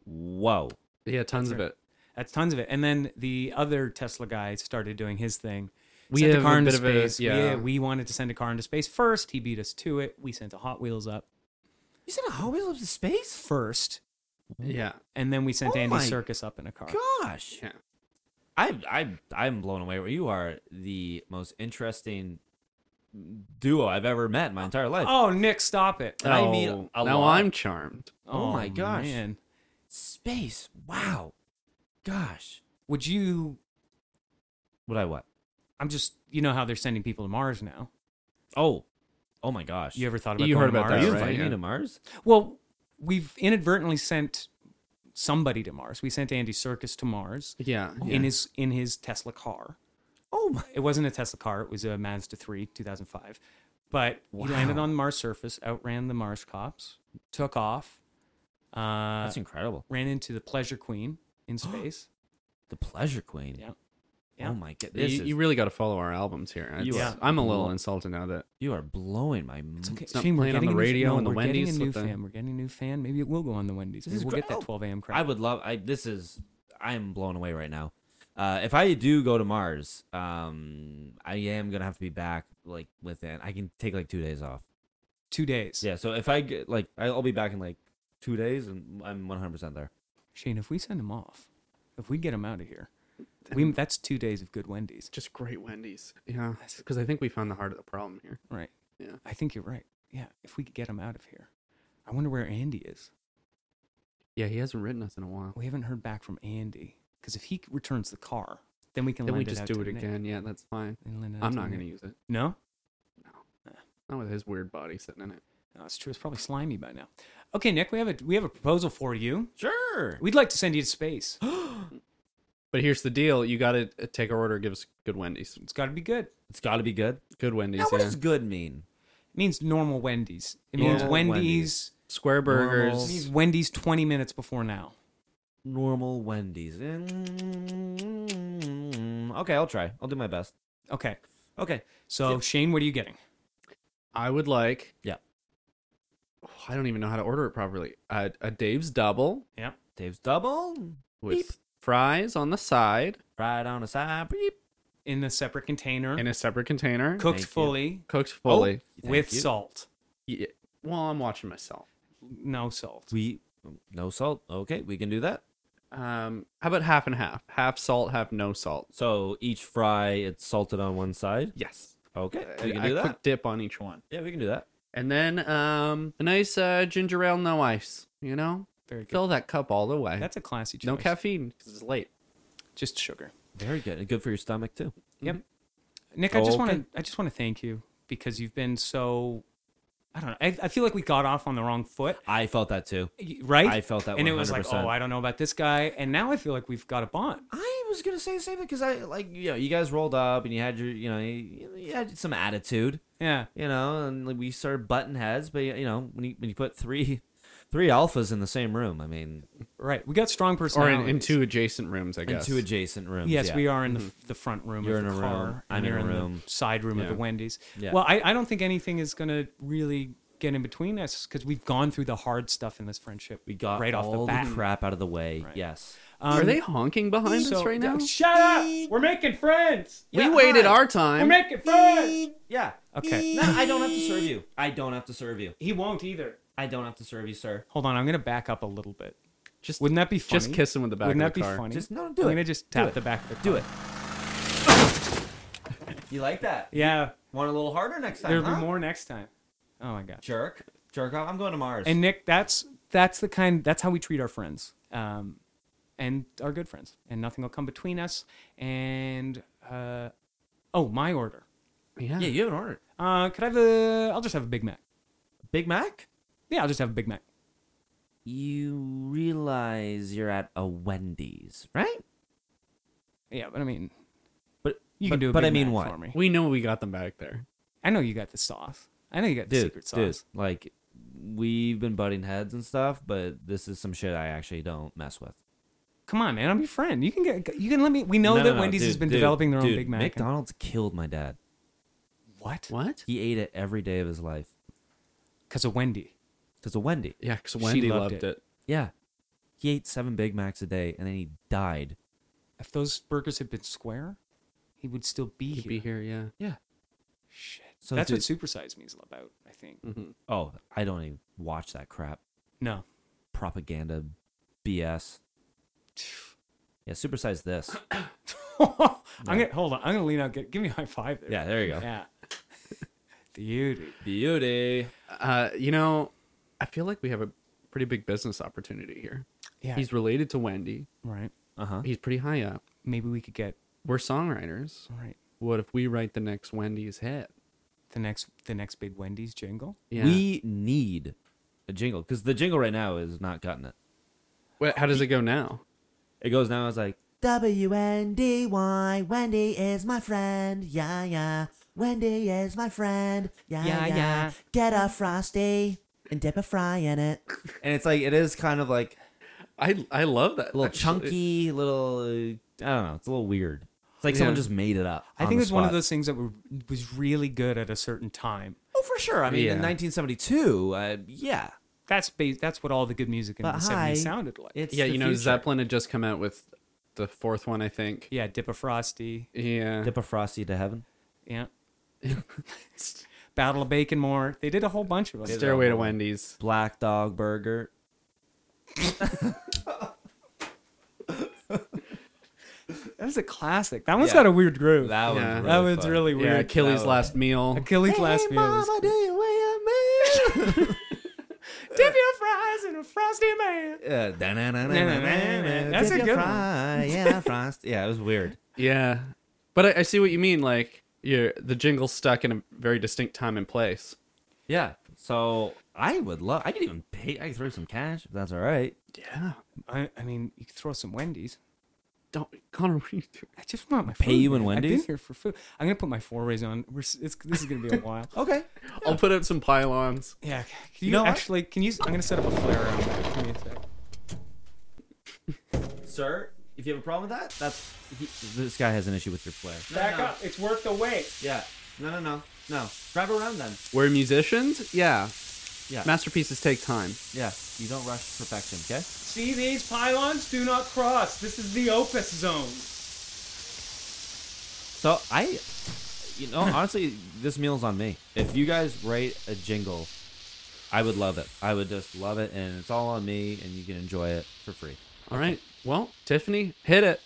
Speaker 5: Whoa.
Speaker 4: Yeah, tons of it.
Speaker 3: That's tons of it. And then the other Tesla guy started doing his thing.
Speaker 4: We
Speaker 3: sent
Speaker 4: have
Speaker 3: a
Speaker 4: a
Speaker 3: car into
Speaker 4: bit of a-
Speaker 3: space.
Speaker 4: yeah.
Speaker 3: We, we wanted to send a car into space first. He beat us to it. We sent a Hot Wheels up
Speaker 5: You sent a Hot Wheels up to space?
Speaker 3: first,
Speaker 4: Yeah.
Speaker 3: and then we sent
Speaker 5: Oh
Speaker 3: Andy
Speaker 5: my
Speaker 3: Circus up in a car.
Speaker 5: Gosh.
Speaker 4: Yeah.
Speaker 5: I I I'm blown away. You are the most interesting duo I've ever met in my entire life.
Speaker 3: Oh, Nick, stop it!
Speaker 5: I mean,
Speaker 4: Oh,
Speaker 5: a
Speaker 4: now
Speaker 5: lot.
Speaker 4: I'm charmed.
Speaker 5: Oh my gosh.
Speaker 3: man.
Speaker 5: Space. Wow. Gosh.
Speaker 3: Would you?
Speaker 5: Would I what?
Speaker 3: I'm just. You know how they're sending people to Mars now.
Speaker 5: Oh. Oh my gosh.
Speaker 3: You ever thought about
Speaker 4: You
Speaker 3: going
Speaker 4: heard
Speaker 3: to
Speaker 4: about
Speaker 3: Mars?
Speaker 5: Are
Speaker 4: that,
Speaker 5: you
Speaker 4: right?
Speaker 5: inviting
Speaker 4: Yeah.
Speaker 5: me to Mars?
Speaker 3: Well, we've inadvertently sent somebody to Mars. We sent Andy Circus to Mars
Speaker 4: Yeah.
Speaker 3: in his in his Tesla car.
Speaker 5: Oh my
Speaker 3: it wasn't a Tesla car. It was a Mazda 3, 2005. But he landed on the Mars surface, outran the Mars cops, took off, uh,
Speaker 5: That's incredible.
Speaker 3: ran into the Pleasure Queen in space.
Speaker 5: The Pleasure Queen.
Speaker 3: Yeah. Yeah.
Speaker 5: Oh my god.
Speaker 4: You,
Speaker 5: This is,
Speaker 4: you really got to follow our albums here.
Speaker 5: You
Speaker 4: It's-
Speaker 3: are-
Speaker 4: I'm a little insulted now that
Speaker 5: you are blowing my mind.
Speaker 3: Okay,
Speaker 4: not
Speaker 3: Shane, we're
Speaker 4: playing on
Speaker 3: getting
Speaker 4: the
Speaker 3: a new-
Speaker 4: radio
Speaker 3: no,
Speaker 4: and the
Speaker 3: we're getting
Speaker 4: Wendy's
Speaker 3: A new
Speaker 4: with the-
Speaker 3: fan. We're getting a new fan. Maybe it will go on the Wendy's. Maybe
Speaker 5: is
Speaker 3: we'll
Speaker 5: great.
Speaker 3: get that
Speaker 5: Oh,
Speaker 3: 12 a.m.
Speaker 5: I
Speaker 3: crowd.
Speaker 5: would love. I this is. I'm blown away right now. Uh, if I do go to Mars, um, I am gonna have to be back like within. I can take like two days off.
Speaker 3: Two days.
Speaker 5: Yeah. So if I get like, I'll be back in like two days, and I'm 100 percent there.
Speaker 3: Shane, if we send him off, if we get him out of here, we, that's two days of good Wendy's.
Speaker 4: just great Wendy's. Yeah. Because I think we found the heart of the problem here.
Speaker 3: Right.
Speaker 4: Yeah.
Speaker 3: I think you're right. Yeah. If we could get him out of here. I wonder where Andy is.
Speaker 4: Yeah, he hasn't written us in a while.
Speaker 3: We haven't heard back from Andy because if he returns the car, then we can
Speaker 4: Then
Speaker 3: lend
Speaker 4: we
Speaker 3: it
Speaker 4: just
Speaker 3: out
Speaker 4: do
Speaker 3: to
Speaker 4: it
Speaker 3: Nick.
Speaker 4: again. Yeah, that's fine.
Speaker 3: And lend it out
Speaker 4: I'm
Speaker 3: to
Speaker 4: not e- going to
Speaker 3: Nick.
Speaker 4: use it.
Speaker 3: No,
Speaker 4: Not with his weird body sitting in it.
Speaker 3: no, it's true. It's probably slimy by now. Okay, Nick, we have a we have a proposal for you.
Speaker 5: Sure.
Speaker 3: We'd like to send you to space.
Speaker 4: But here's the deal: you got to take our order. Give us good Wendy's.
Speaker 3: It's got to be good.
Speaker 5: It's got to be good.
Speaker 4: Good Wendy's.
Speaker 5: Now, what
Speaker 4: yeah.
Speaker 5: does good mean?
Speaker 3: It means normal Wendy's. It means
Speaker 5: Normal
Speaker 3: Wendy's.
Speaker 4: Square
Speaker 3: It means
Speaker 4: burgers.
Speaker 3: Wendy's 20 minutes before now.
Speaker 5: Normal Wendy's. Mm, Okay, I'll try. I'll do my best.
Speaker 3: Okay.
Speaker 5: Okay.
Speaker 3: So, Shane, what are you getting?
Speaker 4: I would like.
Speaker 5: Yeah.
Speaker 4: Oh, I don't even know how to order it properly. A, a Dave's double
Speaker 3: Yep.
Speaker 5: Dave's double.
Speaker 4: with fries on the side
Speaker 5: Fried on a side. Beep.
Speaker 3: In a separate container,
Speaker 4: in a separate container,
Speaker 3: cooked
Speaker 5: Thank you.
Speaker 3: fully Oh,
Speaker 4: cooked fully.
Speaker 5: Thank
Speaker 3: with
Speaker 5: you.
Speaker 3: salt.
Speaker 4: Yeah. Well, I'm watching myself.
Speaker 3: No salt.
Speaker 5: We no salt. Okay, we can do that.
Speaker 4: Um, how about half and half? Half salt, half no salt.
Speaker 5: So each fry, it's salted on one side.
Speaker 4: Yes.
Speaker 5: Okay,
Speaker 4: A-
Speaker 5: we can
Speaker 4: a
Speaker 5: do that.
Speaker 4: quick dip on each one.
Speaker 5: Yeah, we can do that.
Speaker 4: And then um, a nice uh, ginger ale, no ice. You know,
Speaker 3: Very good.
Speaker 4: fill that cup all the way.
Speaker 3: That's a classy choice.
Speaker 4: no caffeine because it's late.
Speaker 3: Just sugar.
Speaker 5: Very good. And good for your stomach too.
Speaker 3: Yep. Nick, I just want
Speaker 5: Oh, Okay.
Speaker 3: to I just want to thank you because you've been so I don't know. I, I feel like we got off on the wrong foot,
Speaker 5: I felt that too.
Speaker 3: y- right?
Speaker 5: I felt that
Speaker 3: And it was like, oh,
Speaker 5: 100%.
Speaker 3: I don't know about this guy, and now I feel like we've got a bond.
Speaker 5: I was gonna say the same thing because I like you know you guys rolled up and you had your you know you, you had some attitude
Speaker 3: Yeah.
Speaker 5: you know and like, we started butting heads but you know when you when you put three three alphas in the same room I mean
Speaker 3: Right. We got strong
Speaker 4: Or
Speaker 3: personalities.
Speaker 4: in, in two adjacent rooms, I
Speaker 5: in
Speaker 4: guess.
Speaker 5: two adjacent rooms
Speaker 3: Yes,
Speaker 5: yeah. Mm-hmm.
Speaker 3: we are in the, the front room.
Speaker 5: You're
Speaker 3: of
Speaker 5: in
Speaker 3: the
Speaker 5: a
Speaker 3: car,
Speaker 5: room,
Speaker 3: and
Speaker 5: I'm in
Speaker 3: you're
Speaker 5: a
Speaker 3: the
Speaker 5: room.
Speaker 3: side room of the
Speaker 4: Yeah.
Speaker 3: Wendy's.
Speaker 5: Yeah.
Speaker 3: Well, I, I don't think anything is going to really get in between us because we've gone through the hard stuff in this friendship.
Speaker 5: we got
Speaker 3: right off
Speaker 5: all
Speaker 3: the bat.
Speaker 5: crap out of the way yes
Speaker 3: Um,
Speaker 4: Are they honking behind us
Speaker 3: so-
Speaker 4: right now?
Speaker 3: Shut up! We're making friends.
Speaker 4: we
Speaker 5: Yeah,
Speaker 4: waited
Speaker 5: hi.
Speaker 4: our time.
Speaker 3: making friends.
Speaker 5: yeah
Speaker 3: Okay.
Speaker 5: no I don't have to serve you I don't have to serve you
Speaker 3: He won't either.
Speaker 5: I don't have to serve you sir
Speaker 3: Hold on, I'm going to back up a little bit.
Speaker 4: Just
Speaker 3: Wouldn't that be funny?
Speaker 4: Just kiss him with the back
Speaker 3: Wouldn't
Speaker 4: of
Speaker 3: that
Speaker 4: the
Speaker 3: be
Speaker 4: car.
Speaker 3: funny?
Speaker 5: Just- no, do
Speaker 3: I'm
Speaker 5: it.
Speaker 3: going to just
Speaker 5: Do
Speaker 3: tap
Speaker 5: it.
Speaker 3: the back of the car.
Speaker 5: do it you like that
Speaker 3: Yeah.
Speaker 5: want a little harder next time
Speaker 3: There'll be
Speaker 5: huh?
Speaker 3: more next time. Oh my gosh.
Speaker 5: jerk jerk off I'm going to Mars
Speaker 3: And Nick, that's that's the kind that's how we treat our friends, um, and our good friends, and nothing will come between us. And uh, oh, my order.
Speaker 4: Yeah.
Speaker 5: yeah you haven't ordered
Speaker 3: Uh, could I have a? I'll just have a Big Mac.
Speaker 5: Big Mac
Speaker 3: Yeah, I'll just have a Big Mac.
Speaker 5: you realize you're at a Wendy's, right?
Speaker 3: Yeah, but I mean,
Speaker 5: But
Speaker 3: you
Speaker 5: but,
Speaker 3: can do. A
Speaker 5: but
Speaker 3: Big
Speaker 5: I mean,
Speaker 3: Mac
Speaker 5: what,
Speaker 3: for me?
Speaker 4: We know we got them back there.
Speaker 3: I know you got the sauce. I know you got the
Speaker 5: dude?
Speaker 3: secret sauce.
Speaker 5: Dude, like we've been butting heads and stuff, but this is some shit I actually don't mess with.
Speaker 3: Come on, man, I'm your friend. You can get. You can let me. We know
Speaker 5: No, no,
Speaker 3: that
Speaker 5: no,
Speaker 3: Wendy's has
Speaker 5: dude,
Speaker 3: been
Speaker 5: dude,
Speaker 3: developing their own
Speaker 5: dude,
Speaker 3: Big Mac. and-
Speaker 5: McDonald's killed my dad.
Speaker 3: what?
Speaker 4: What?
Speaker 5: He ate it every day of his life.
Speaker 3: Because of Wendy.
Speaker 5: Cause of Wendy.
Speaker 4: Yeah, because Wendy
Speaker 3: loved it.
Speaker 4: loved, it.
Speaker 5: Yeah, he ate seven Big Macs a day, and then he died.
Speaker 3: If those burgers had been square, he would still be
Speaker 4: He'd
Speaker 3: here.
Speaker 4: be here, yeah.
Speaker 3: Shit.
Speaker 5: So,
Speaker 3: That's
Speaker 5: dude-
Speaker 3: what supersize me is about. I think.
Speaker 5: Oh, I don't even watch that crap.
Speaker 3: No.
Speaker 5: Propaganda, BS. Yeah, supersize this.
Speaker 3: I'm gonna hold on. I'm gonna lean out. Get, give me a high five. There.
Speaker 5: Yeah, there you go.
Speaker 3: Yeah. Beauty.
Speaker 5: Beauty.
Speaker 4: Uh, you know, I feel like we have a pretty big business opportunity here.
Speaker 3: Yeah.
Speaker 4: He's related to Wendy.
Speaker 3: right.
Speaker 5: Uh huh.
Speaker 4: He's pretty high up.
Speaker 3: Maybe we could get
Speaker 4: We're songwriters.
Speaker 3: all right
Speaker 4: What if we write the next Wendy's hit?
Speaker 3: the next the next big Wendy's jingle.
Speaker 4: Yeah.
Speaker 5: We need a jingle because the jingle right now is not cutting it.
Speaker 4: Wait, how does it go now?
Speaker 5: It goes now. It's like
Speaker 6: W N D Y. Wendy is my friend. Yeah, yeah. Wendy is my friend. Yeah,
Speaker 3: Yeah,
Speaker 6: yeah.
Speaker 3: yeah.
Speaker 6: Get a frosty and dip a fry in it.
Speaker 5: and it's like it is kind of like
Speaker 4: I I love that.
Speaker 5: a little
Speaker 4: actually.
Speaker 5: chunky, little uh, I don't know. It's a little weird. It's like someone
Speaker 4: Yeah.
Speaker 5: just made it up.
Speaker 3: I
Speaker 5: on
Speaker 3: think
Speaker 5: the
Speaker 3: it was one of
Speaker 5: spot.
Speaker 3: those things that were, was really good at a certain time.
Speaker 5: Oh, for sure. I mean, in
Speaker 4: Yeah.
Speaker 5: 1972, uh, yeah.
Speaker 3: That's ba- that's what all the good music in
Speaker 6: But
Speaker 3: the
Speaker 6: hi,
Speaker 3: 70s sounded like.
Speaker 5: It's
Speaker 4: Yeah,
Speaker 5: the
Speaker 4: you know,
Speaker 5: future.
Speaker 4: Zeppelin had just come out with the fourth one, I think.
Speaker 3: yeah, Dip a Frosty.
Speaker 4: Yeah.
Speaker 5: Dip a frosty to heaven.
Speaker 3: Yeah. Battle of Bacon More. They did a whole bunch of them.
Speaker 4: Stairway to Wendy's.
Speaker 5: Black dog burger.
Speaker 3: That was a classic. That one's
Speaker 5: Yeah.
Speaker 3: got a weird groove. That,
Speaker 5: That
Speaker 4: Yeah.
Speaker 5: one's really
Speaker 3: that was
Speaker 5: fun.
Speaker 3: really
Speaker 4: Yeah,
Speaker 3: weird.
Speaker 4: Achilles'
Speaker 5: one.
Speaker 4: last meal.
Speaker 3: Achilles last meal. was-
Speaker 5: do you weigh a man?
Speaker 3: Dip your fries in a frosty man.
Speaker 5: Uh, da-na-na-na-na-na,
Speaker 3: That's
Speaker 5: dip
Speaker 3: a
Speaker 5: your
Speaker 3: good one.
Speaker 5: fry in a frost- Yeah, it was weird.
Speaker 4: Yeah. But I, I see what you mean. Like, you're, the jingle's stuck in a very distinct time and place.
Speaker 5: Yeah. So I would love. I could even pay. I could throw some cash if that's all right.
Speaker 4: Yeah.
Speaker 3: I, I mean, you could throw some Wendy's.
Speaker 4: Don't, Connor, what are you doing?
Speaker 3: I just want my
Speaker 5: Pay
Speaker 3: food,
Speaker 5: you in
Speaker 3: man. I've
Speaker 5: Wendy's?
Speaker 3: been here for food. I'm gonna put my forays on. We're, s- it's, this is gonna be a while.
Speaker 5: Okay.
Speaker 4: I'll put up some pylons.
Speaker 3: yeah. Can you,
Speaker 5: know what?
Speaker 3: actually? Can you? s- I'm gonna set up a flare around that. Give me a sec.
Speaker 5: Sir, if you have a problem with that, that's he, this guy has an issue with your flare. No,
Speaker 3: Back
Speaker 5: no.
Speaker 3: up. It's worth the wait.
Speaker 5: Yeah. No, no, no, no. Drive around then.
Speaker 4: We're musicians? Yeah.
Speaker 5: Yeah.
Speaker 4: Masterpieces take time.
Speaker 5: Yeah. You don't rush perfection. Okay.
Speaker 3: See these pylons? Do not cross. This is the opus zone.
Speaker 5: So I, you know, honestly, this meal's on me. If you guys write a jingle, I would love it. I would just love it, and it's all on me, and you can enjoy it for free.
Speaker 4: All right. Well, Tiffany, hit it.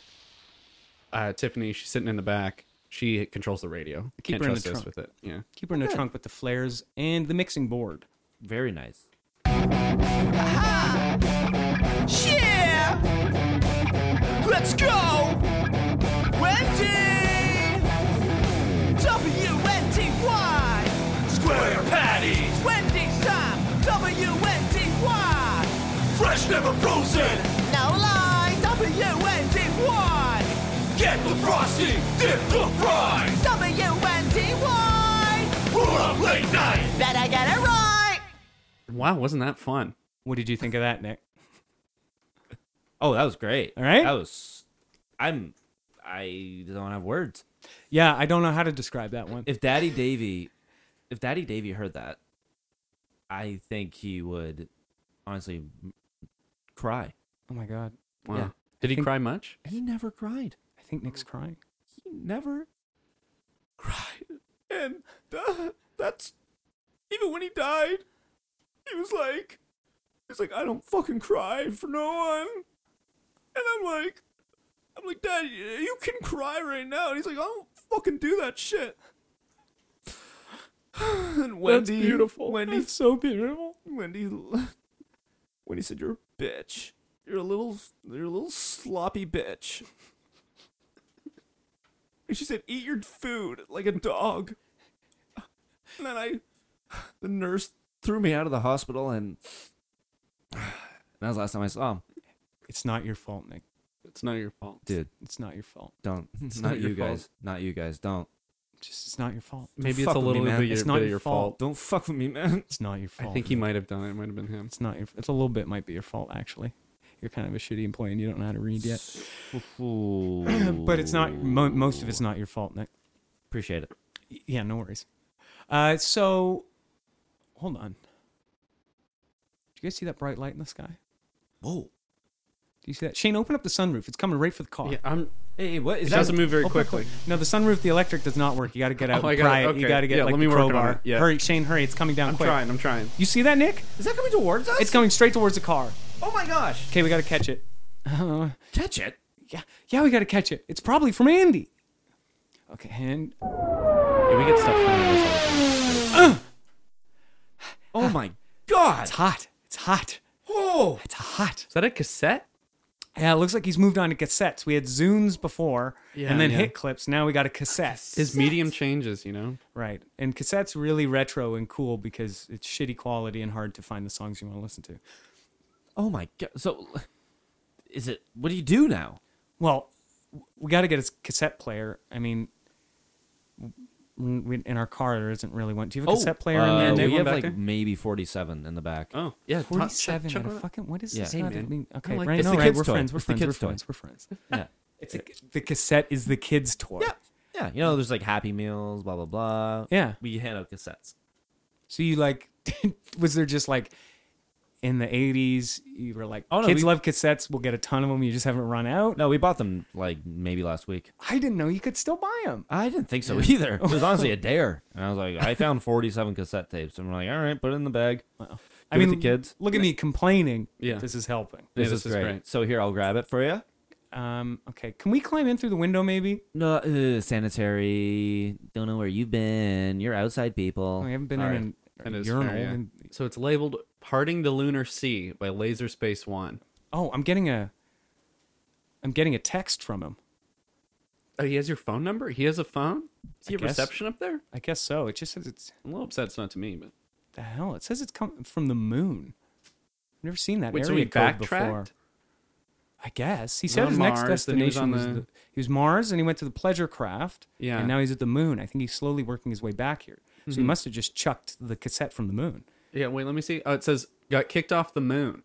Speaker 4: Uh, Tiffany, she's sitting in the back. She controls the radio.
Speaker 3: Keep
Speaker 4: Can't
Speaker 3: her in
Speaker 4: trust
Speaker 3: the
Speaker 4: us
Speaker 3: trunk.
Speaker 4: with it. Yeah.
Speaker 3: Keep her in the trunk with the flares and the mixing board.
Speaker 5: Very nice.
Speaker 7: Yeah! Let's go! Wendy! W-N-D-Y!
Speaker 8: Square patties,
Speaker 7: Wendy's time! W-N-D-Y!
Speaker 8: fresh, never frozen.
Speaker 7: No lie! W-N-D-Y!
Speaker 8: Get the frosty, dip the fries.
Speaker 7: W-N-D-Y!
Speaker 8: We're up late night.
Speaker 7: Better get it right!
Speaker 4: Wow, wasn't that fun?
Speaker 3: What did you think of that, Nick?
Speaker 5: Oh, that was great.
Speaker 3: All right.
Speaker 5: That was. I'm. I don't have words.
Speaker 3: Yeah, I don't know how to describe that one.
Speaker 5: If Daddy Davy, if Daddy Davy heard that, I think he would honestly m- cry.
Speaker 3: oh my god,
Speaker 4: Wow.
Speaker 5: Yeah.
Speaker 4: Did he
Speaker 3: think-
Speaker 4: cry much?
Speaker 5: He never cried.
Speaker 3: I think Nick's crying.
Speaker 5: He never cried. And uh, that's even when he died, he was like, he's like, I don't fucking cry for no one. And I'm like, I'm like, Dad, y- you can cry right now. And he's like, I don't fucking do that shit. And Wendy, beautiful. Wendy,
Speaker 3: It's so beautiful.
Speaker 5: Wendy, Wendy said, "You're a bitch. You're a little, you're a little sloppy bitch." And she said, "Eat your food like a dog." And then I, the nurse threw me out of the hospital, and that was the last time I saw him.
Speaker 3: It's not your fault, Nick.
Speaker 4: It's not your fault.
Speaker 5: Dude,
Speaker 3: It's not your fault.
Speaker 5: don't. It's
Speaker 4: not your fault.
Speaker 5: Not you guys. Don't.
Speaker 3: Just it's not your fault.
Speaker 4: Maybe it's
Speaker 5: fuck
Speaker 4: a
Speaker 5: with me,
Speaker 4: little
Speaker 5: man.
Speaker 4: bit, your,
Speaker 3: It's not
Speaker 4: bit
Speaker 3: your
Speaker 4: your
Speaker 3: fault.
Speaker 4: fault.
Speaker 5: Don't fuck with me, man.
Speaker 3: It's not your fault.
Speaker 4: I think he might have done it. It might have been him.
Speaker 3: It's not your. It's a little bit might be your fault actually. You're kind of a shitty employee and you don't know how to read yet. but it's not. Mo- most of it's not your fault, Nick.
Speaker 5: Appreciate it.
Speaker 3: Y- Yeah, no worries. Uh, so hold on. Do you guys see that bright light in the sky? Do
Speaker 5: Whoa.
Speaker 3: you see that? Shane, open up the sunroof. It's coming right for the car.
Speaker 4: Yeah, I'm,
Speaker 5: Hey, what is
Speaker 4: it
Speaker 5: that?
Speaker 4: doesn't move very
Speaker 3: Open up the-
Speaker 4: quickly.
Speaker 3: No, the sunroof, the electric does not work. You got to get out
Speaker 4: Oh, I
Speaker 3: and
Speaker 4: got it.
Speaker 3: pry it. You
Speaker 4: Okay.
Speaker 3: got to get
Speaker 4: Yeah,
Speaker 3: like
Speaker 4: let
Speaker 3: the
Speaker 4: me work on
Speaker 3: crowbar.
Speaker 4: it. Yeah.
Speaker 3: Hurry, Shane, hurry. It's coming down
Speaker 4: I'm
Speaker 3: quick.
Speaker 4: trying. I'm trying.
Speaker 3: You see that, Nick?
Speaker 5: Is that coming towards us?
Speaker 3: It's coming straight towards the car.
Speaker 5: oh my gosh!
Speaker 3: Okay, we got to catch it. Uh,
Speaker 5: Catch it.
Speaker 3: yeah, yeah, we got to catch it. It's probably from Andy. Okay, and
Speaker 4: Yeah, we get stuff from this all the time. Ah.
Speaker 5: Oh my god!
Speaker 3: it's hot. It's hot.
Speaker 5: Oh!
Speaker 3: It's hot.
Speaker 4: Is that a cassette?
Speaker 3: Yeah, it looks like he's moved on to cassettes. We had zooms before,
Speaker 4: Yeah,
Speaker 3: and then
Speaker 4: yeah.
Speaker 3: hit clips. Now we got a cassette.
Speaker 4: His medium changes, you know?
Speaker 3: right, and cassettes really retro and cool because it's shitty quality and hard to find the songs you want to listen to.
Speaker 5: Oh my god! So, is it? What do you do now?
Speaker 3: Well, w- we got to get his cassette player. I mean, w- we, in our car there isn't really one. Do you have a cassette player in there?
Speaker 5: Uh,
Speaker 3: Nick?
Speaker 5: we
Speaker 4: one
Speaker 5: have
Speaker 4: back
Speaker 5: like
Speaker 4: there?
Speaker 5: maybe forty-seven in the back.
Speaker 4: Oh.
Speaker 5: yeah,
Speaker 4: Forty-
Speaker 3: Forty-seven.
Speaker 4: check
Speaker 3: and
Speaker 4: one
Speaker 3: a
Speaker 4: out.
Speaker 3: fucking what is
Speaker 5: Yeah.
Speaker 3: this?
Speaker 5: Hey,
Speaker 3: not
Speaker 4: man.
Speaker 3: even- okay,
Speaker 4: I like
Speaker 3: right,
Speaker 4: this.
Speaker 3: no,
Speaker 4: It's the
Speaker 3: right,
Speaker 5: kid's
Speaker 3: we're
Speaker 5: toy.
Speaker 3: friends. We're
Speaker 5: It's the
Speaker 3: friends.
Speaker 5: kid's
Speaker 3: we're
Speaker 5: toy.
Speaker 3: friends. We're friends.
Speaker 5: yeah,
Speaker 3: It's a, the cassette is the kid's toy.
Speaker 5: yeah, yeah. You know, there's like Happy Meals, blah blah blah.
Speaker 3: Yeah.
Speaker 5: we hand out cassettes.
Speaker 3: So you like? was there just like? In the '80s, you were like,
Speaker 5: Oh, no,
Speaker 3: "Kids
Speaker 5: we-
Speaker 3: love cassettes. We'll get a ton of them. You just haven't run out."
Speaker 5: No, we bought them like maybe last week.
Speaker 3: I didn't know you could still buy them.
Speaker 5: I didn't think so either. It was honestly a dare, and I was like, I found forty-seven cassette tapes, and we're like, all right, put it in the bag.
Speaker 3: I
Speaker 5: Give it
Speaker 3: mean,
Speaker 5: to kids.
Speaker 3: Look at me complaining.
Speaker 4: Yeah.
Speaker 3: this is helping.
Speaker 5: This,
Speaker 4: this
Speaker 5: is,
Speaker 4: is
Speaker 5: great.
Speaker 4: great.
Speaker 5: So here, I'll grab it for you.
Speaker 3: Um, okay, can we climb in through the window, maybe?
Speaker 5: No, uh, sanitary. Don't know where you've been. You're outside people.
Speaker 3: We haven't been
Speaker 4: All right.
Speaker 3: in
Speaker 4: That
Speaker 3: a
Speaker 4: is fair,
Speaker 3: urinal.
Speaker 4: yeah.
Speaker 3: in-
Speaker 4: So it's labeled Parting the Lunar Sea by Laser Space One.
Speaker 3: Oh, I'm getting a, I'm getting a text from him.
Speaker 4: Oh, he has your phone number? He has a phone? Is he
Speaker 3: I
Speaker 4: a
Speaker 3: guess.
Speaker 4: reception up there?
Speaker 3: I guess so. It just says it's
Speaker 4: I'm a little upset it's not to me, but
Speaker 3: the hell. It says it's coming from the moon. I've never seen that
Speaker 4: Wait, so
Speaker 3: area
Speaker 4: we
Speaker 3: code before.
Speaker 4: backtracked?
Speaker 3: I guess he said
Speaker 4: on
Speaker 3: his next
Speaker 4: Mars, then he was
Speaker 3: destination
Speaker 4: on
Speaker 3: was,
Speaker 4: the-
Speaker 3: the... he was Mars, and he went to the pleasure craft.
Speaker 4: Yeah. Mm-hmm.
Speaker 3: and now he's at the moon. I think he's slowly working his way back here. So he must have just chucked the cassette from the moon.
Speaker 4: Yeah, wait, let me see. Oh, it says got kicked off the moon.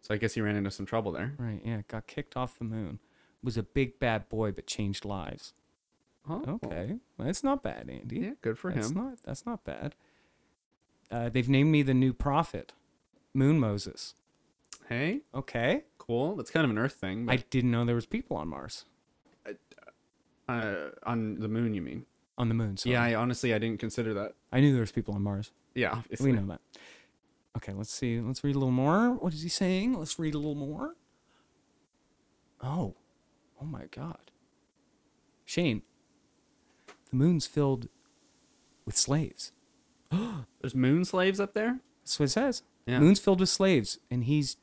Speaker 4: So I guess he ran into some trouble there.
Speaker 3: Right? Yeah, got kicked off the moon. Was a big bad boy, but changed lives.
Speaker 4: Oh, well,
Speaker 3: Okay, well, that's not bad, Andy.
Speaker 4: yeah, good for
Speaker 3: that's
Speaker 4: him.
Speaker 3: not that's not bad. Uh, they've named me the new prophet, Moon Moses.
Speaker 4: Hey,
Speaker 3: Okay,
Speaker 4: cool. That's kind of an Earth thing.
Speaker 3: I
Speaker 4: But,
Speaker 3: didn't know there was people on Mars,
Speaker 4: uh, on the moon, you mean?
Speaker 3: on the moon. Sorry.
Speaker 4: Yeah, I honestly I didn't consider that.
Speaker 3: I knew there was people on Mars.
Speaker 4: Yeah, obviously.
Speaker 3: We know that. Okay, let's see. Let's read a little more. What is he saying? Let's read a little more. Oh, oh my God, Shane. The moon's filled with slaves.
Speaker 4: There's moon slaves up there.
Speaker 3: That's what it says.
Speaker 4: Yeah.
Speaker 3: Moon's filled with slaves, and he's.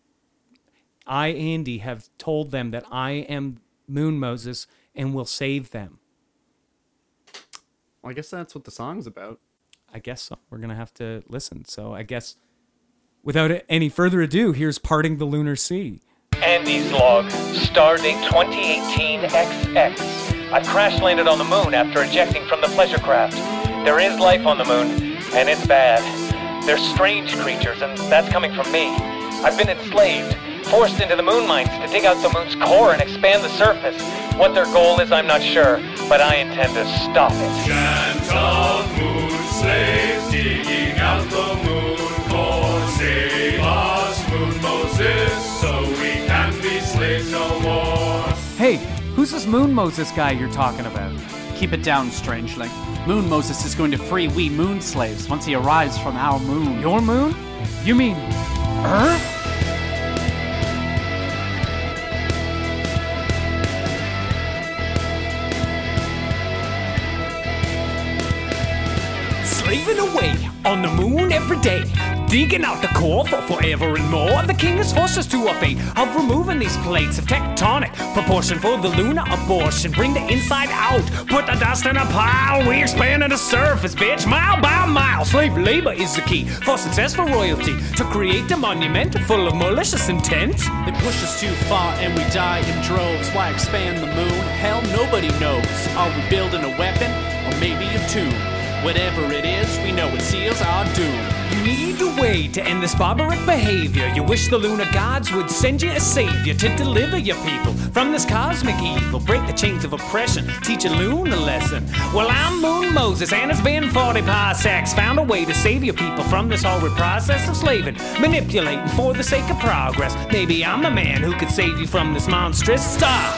Speaker 3: I, Andy, have told them that I am Moon Moses and will save them.
Speaker 4: Well, I guess that's what the song's about.
Speaker 3: I guess so. We're going to have to listen. So I guess without any further ado, here's Parting the Lunar Sea.
Speaker 9: Andy's log, stardate 2018XX. I crash landed on the moon after ejecting from the pleasure craft. There is life on the moon, and it's bad. They're strange creatures, and that's coming from me. I've been enslaved, forced into the moon mines to dig out the moon's core and expand the surface. What their goal is, I'm not sure, but I intend to stop it.
Speaker 8: Chant of moon slaves digging out the moon core. Save us, Moon Moses, so we can be slaves no more.
Speaker 10: Hey, who's this Moon Moses guy you're talking about? Keep it down, Strangeling. Moon Moses is going to free we moon slaves once he arrives from our moon.
Speaker 3: Your moon? You mean Earth?
Speaker 9: Slaving away on the moon every day. Digging out the core for forever and more. The king has forced us to a fate of removing these plates of tectonic proportion for the lunar abortion. Bring the inside out, put the dust in a pile. We expanding the surface, bitch, mile by mile. Slave labor is the key for successful royalty to create a monument full of malicious intent.
Speaker 10: They push us too far and we die in droves. Why expand the moon? Hell, nobody knows. Are we building a weapon or maybe a tomb? Whatever it is, we know it seals our doom.
Speaker 9: You need a way to end this barbaric behavior. You wish the lunar gods would send you a savior to deliver your people from this cosmic evil. Break the chains of oppression, teach a lunar lesson. Well, I'm Moon Moses, and it's been 40 parsecs. Found a way to save your people from this horrid process of slaving, manipulating for the sake of progress. Maybe I'm the man who could save you from this monstrous star.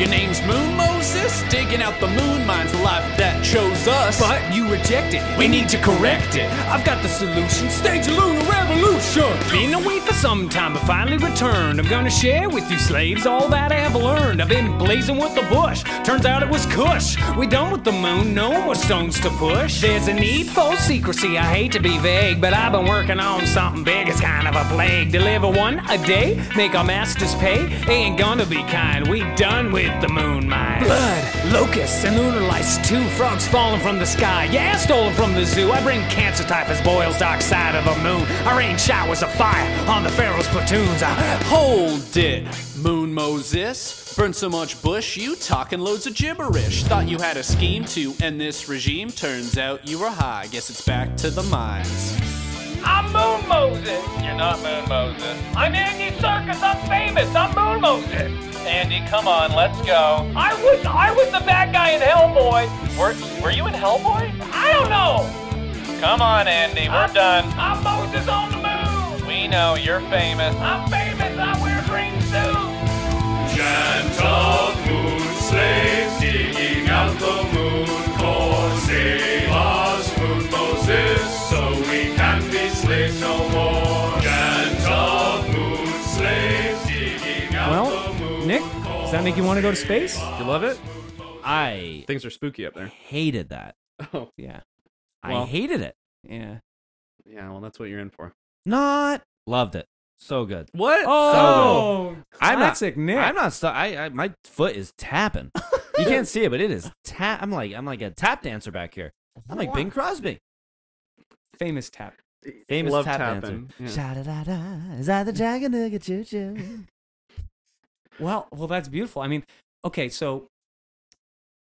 Speaker 10: Your name's Moon Moses? Digging out the moon mines, the life that chose us.
Speaker 9: But you reject it. We need to correct it. I've got the solution. Stage a lunar revolution. Been away for some time, but finally returned. I'm gonna share with you slaves all that I have learned. I've been blazing with the bush. Turns out it was Kush. We done with the moon. No more stones to push. There's a need for secrecy. I hate to be vague, but I've been working on something big. It's kind of a plague. Deliver one a day. Make our masters pay. Ain't gonna be kind. We done with the moon mine. Blood, locusts, and lunar lice too. Frogs falling from the sky. Yeah, stolen from the zoo. I bring cancer typhus boils dark side of a moon. I rain showers of fire on the pharaoh's platoons. I
Speaker 10: Hold it, Moon Moses. Burn so much bush, you talking loads of gibberish. Thought you had a scheme to end this regime. Turns out you were high. Guess it's back to the mines.
Speaker 9: I'm Moon Moses. You're not Moon Moses. I'm Andy Circus. I'm famous. I'm Moon Moses. Andy, come on, let's go. I was I was the bad guy in Hellboy. Were Were you in Hellboy? I don't know. Come on, Andy. We're done. I'm Moses on the moon. We know you're famous. I'm famous. I wear green suits.
Speaker 8: Chant of moon slaves digging out the moon core. Save us, Moon Moses, so we can be slaves no more. Chant of moon slaves digging out
Speaker 3: Well,
Speaker 8: the moon
Speaker 3: Nick, does that make you want to go to space?
Speaker 4: You love it?
Speaker 5: I
Speaker 4: Things are spooky up there.
Speaker 5: hated that.
Speaker 4: Oh,
Speaker 3: Yeah,
Speaker 5: I
Speaker 4: Well-
Speaker 5: hated it.
Speaker 3: yeah.
Speaker 4: yeah. Well, that's what you're in for.
Speaker 5: Not loved it. So good.
Speaker 4: What?
Speaker 5: Oh, I'm not-
Speaker 3: classic Nick.
Speaker 5: I'm not. Stu- I, I my foot is tapping. you can't see it, but it is tap. I'm like I'm like a tap dancer back here. I'm like Bing Crosby,
Speaker 3: famous tap.
Speaker 5: famous
Speaker 4: Love
Speaker 5: tap dancer.
Speaker 4: tapping. Yeah.
Speaker 5: Sha-da-da-da, is that the dragon who get choo-choo?
Speaker 3: Well, well, that's beautiful. I mean, okay, so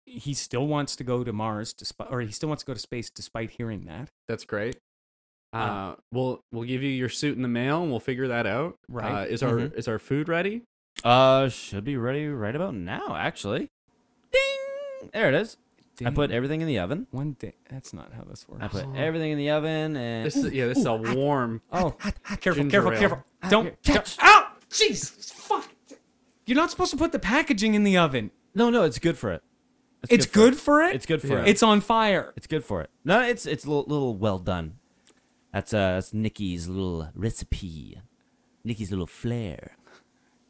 Speaker 3: he still wants to go to Mars, despite, or he still wants to go to space, despite hearing that.
Speaker 4: That's great.
Speaker 3: Yeah.
Speaker 4: Uh, we'll we'll give you your suit in the mail, and we'll figure that out.
Speaker 3: Right.
Speaker 4: Uh, is our
Speaker 5: Mhm.
Speaker 4: is our food ready?
Speaker 5: Uh, should be ready right about now, actually. Ding! There it is. I put
Speaker 3: Dang,
Speaker 5: everything in the oven.
Speaker 3: one day. That's not how this works.
Speaker 5: I put everything in the oven and
Speaker 4: This is, yeah, this is all warm.
Speaker 3: oh, careful,
Speaker 4: Ginger
Speaker 3: careful,
Speaker 4: ale.
Speaker 3: careful! Don't catch! Ow! Jesus, fuck! You're not supposed to put the packaging in the oven.
Speaker 5: no, no, it's good for it.
Speaker 3: It's good, for it.
Speaker 5: It's good for it.
Speaker 3: It's on fire.
Speaker 5: It's good for it. No, it's it's a little, little well done. That's uh, that's Nikki's little recipe. Nikki's little flair.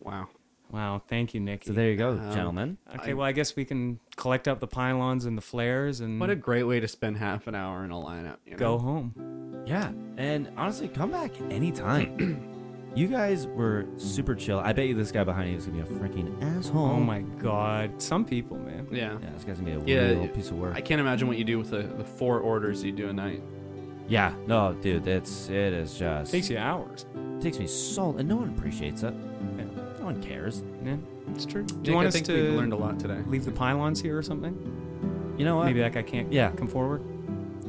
Speaker 4: Wow.
Speaker 3: Wow, thank you, Nick.
Speaker 5: So there you go,
Speaker 3: Um,
Speaker 5: gentlemen.
Speaker 3: okay, well, I guess we can collect up the pylons and the flares and
Speaker 4: What a great way to spend half an hour in a lineup. You know?
Speaker 3: go home.
Speaker 5: Yeah, and honestly, come back anytime. you guys were super chill. I bet you this guy behind you is gonna be a freaking asshole.
Speaker 3: Oh my god, some people, man.
Speaker 4: Yeah.
Speaker 5: Yeah, this guy's gonna be
Speaker 4: Yeah,
Speaker 5: a real piece of work.
Speaker 4: I can't imagine what you do with the, the four orders you do a night.
Speaker 5: Yeah, no, dude, it's it is just
Speaker 3: Takes you hours.
Speaker 5: takes me so, and no one appreciates it. No one cares.
Speaker 3: Yeah, it's true. Do
Speaker 4: Nick,
Speaker 3: you want
Speaker 4: I
Speaker 3: us
Speaker 4: think
Speaker 3: to
Speaker 4: we learned a lot today.
Speaker 3: leave the pylons here or something?
Speaker 5: You know what?
Speaker 3: Maybe that guy can't
Speaker 5: Yeah.
Speaker 3: come forward.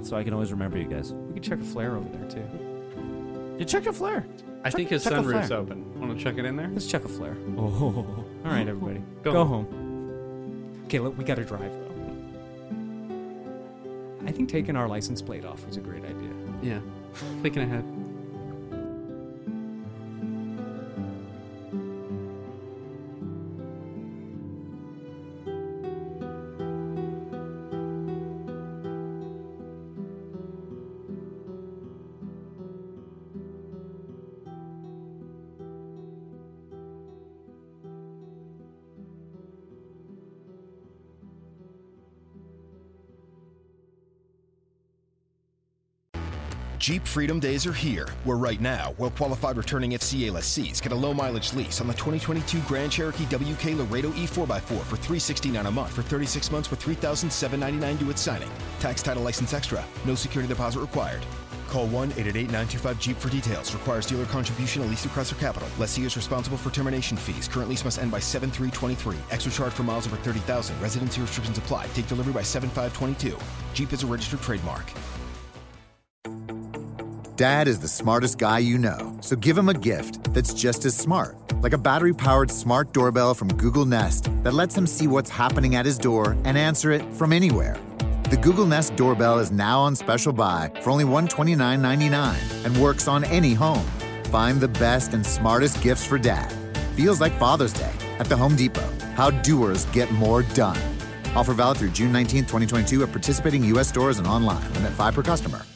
Speaker 5: So I can always remember you guys.
Speaker 3: We could check a flare over there too.
Speaker 5: You check your flare.
Speaker 4: I think his
Speaker 5: check a
Speaker 4: sunroof's
Speaker 5: flare.
Speaker 4: open. Want to check it in there?
Speaker 3: Let's check a flare. Oh. All right, everybody.
Speaker 4: Go
Speaker 3: Go, home. Okay, look, we got to drive though. I think taking our license plate off was a great idea.
Speaker 4: Yeah. Thinking ahead.
Speaker 2: Jeep Freedom Days are here, where right now, well qualified returning FCA lessees get a low mileage lease on the 2022 Grand Cherokee WK Laredo E E4x4 for $369 a month for 36 months with $3,799 due at signing. Tax title license extra, no security deposit required. Call 1 888 925 Jeep for details. Requires dealer contribution, a lease request, or capital. Lessee is responsible for termination fees. Current lease must end by 7323. Extra charge for miles over 30,000. Residency restrictions apply. Take delivery by 7522. Jeep is a registered trademark.
Speaker 11: Dad is the smartest guy you know, so give him a gift that's just as smart, like a battery powered smart doorbell from Google Nest that lets him see what's happening at his door and answer it from anywhere. The Google Nest doorbell is now on special buy for only $129.99 and works on any home. Find the best and smartest gifts for dad. Feels like Father's Day at the Home Depot. How doers get more done. Offer valid through June 19, 2022 at participating U.S. stores and online. Limit 5 per customer.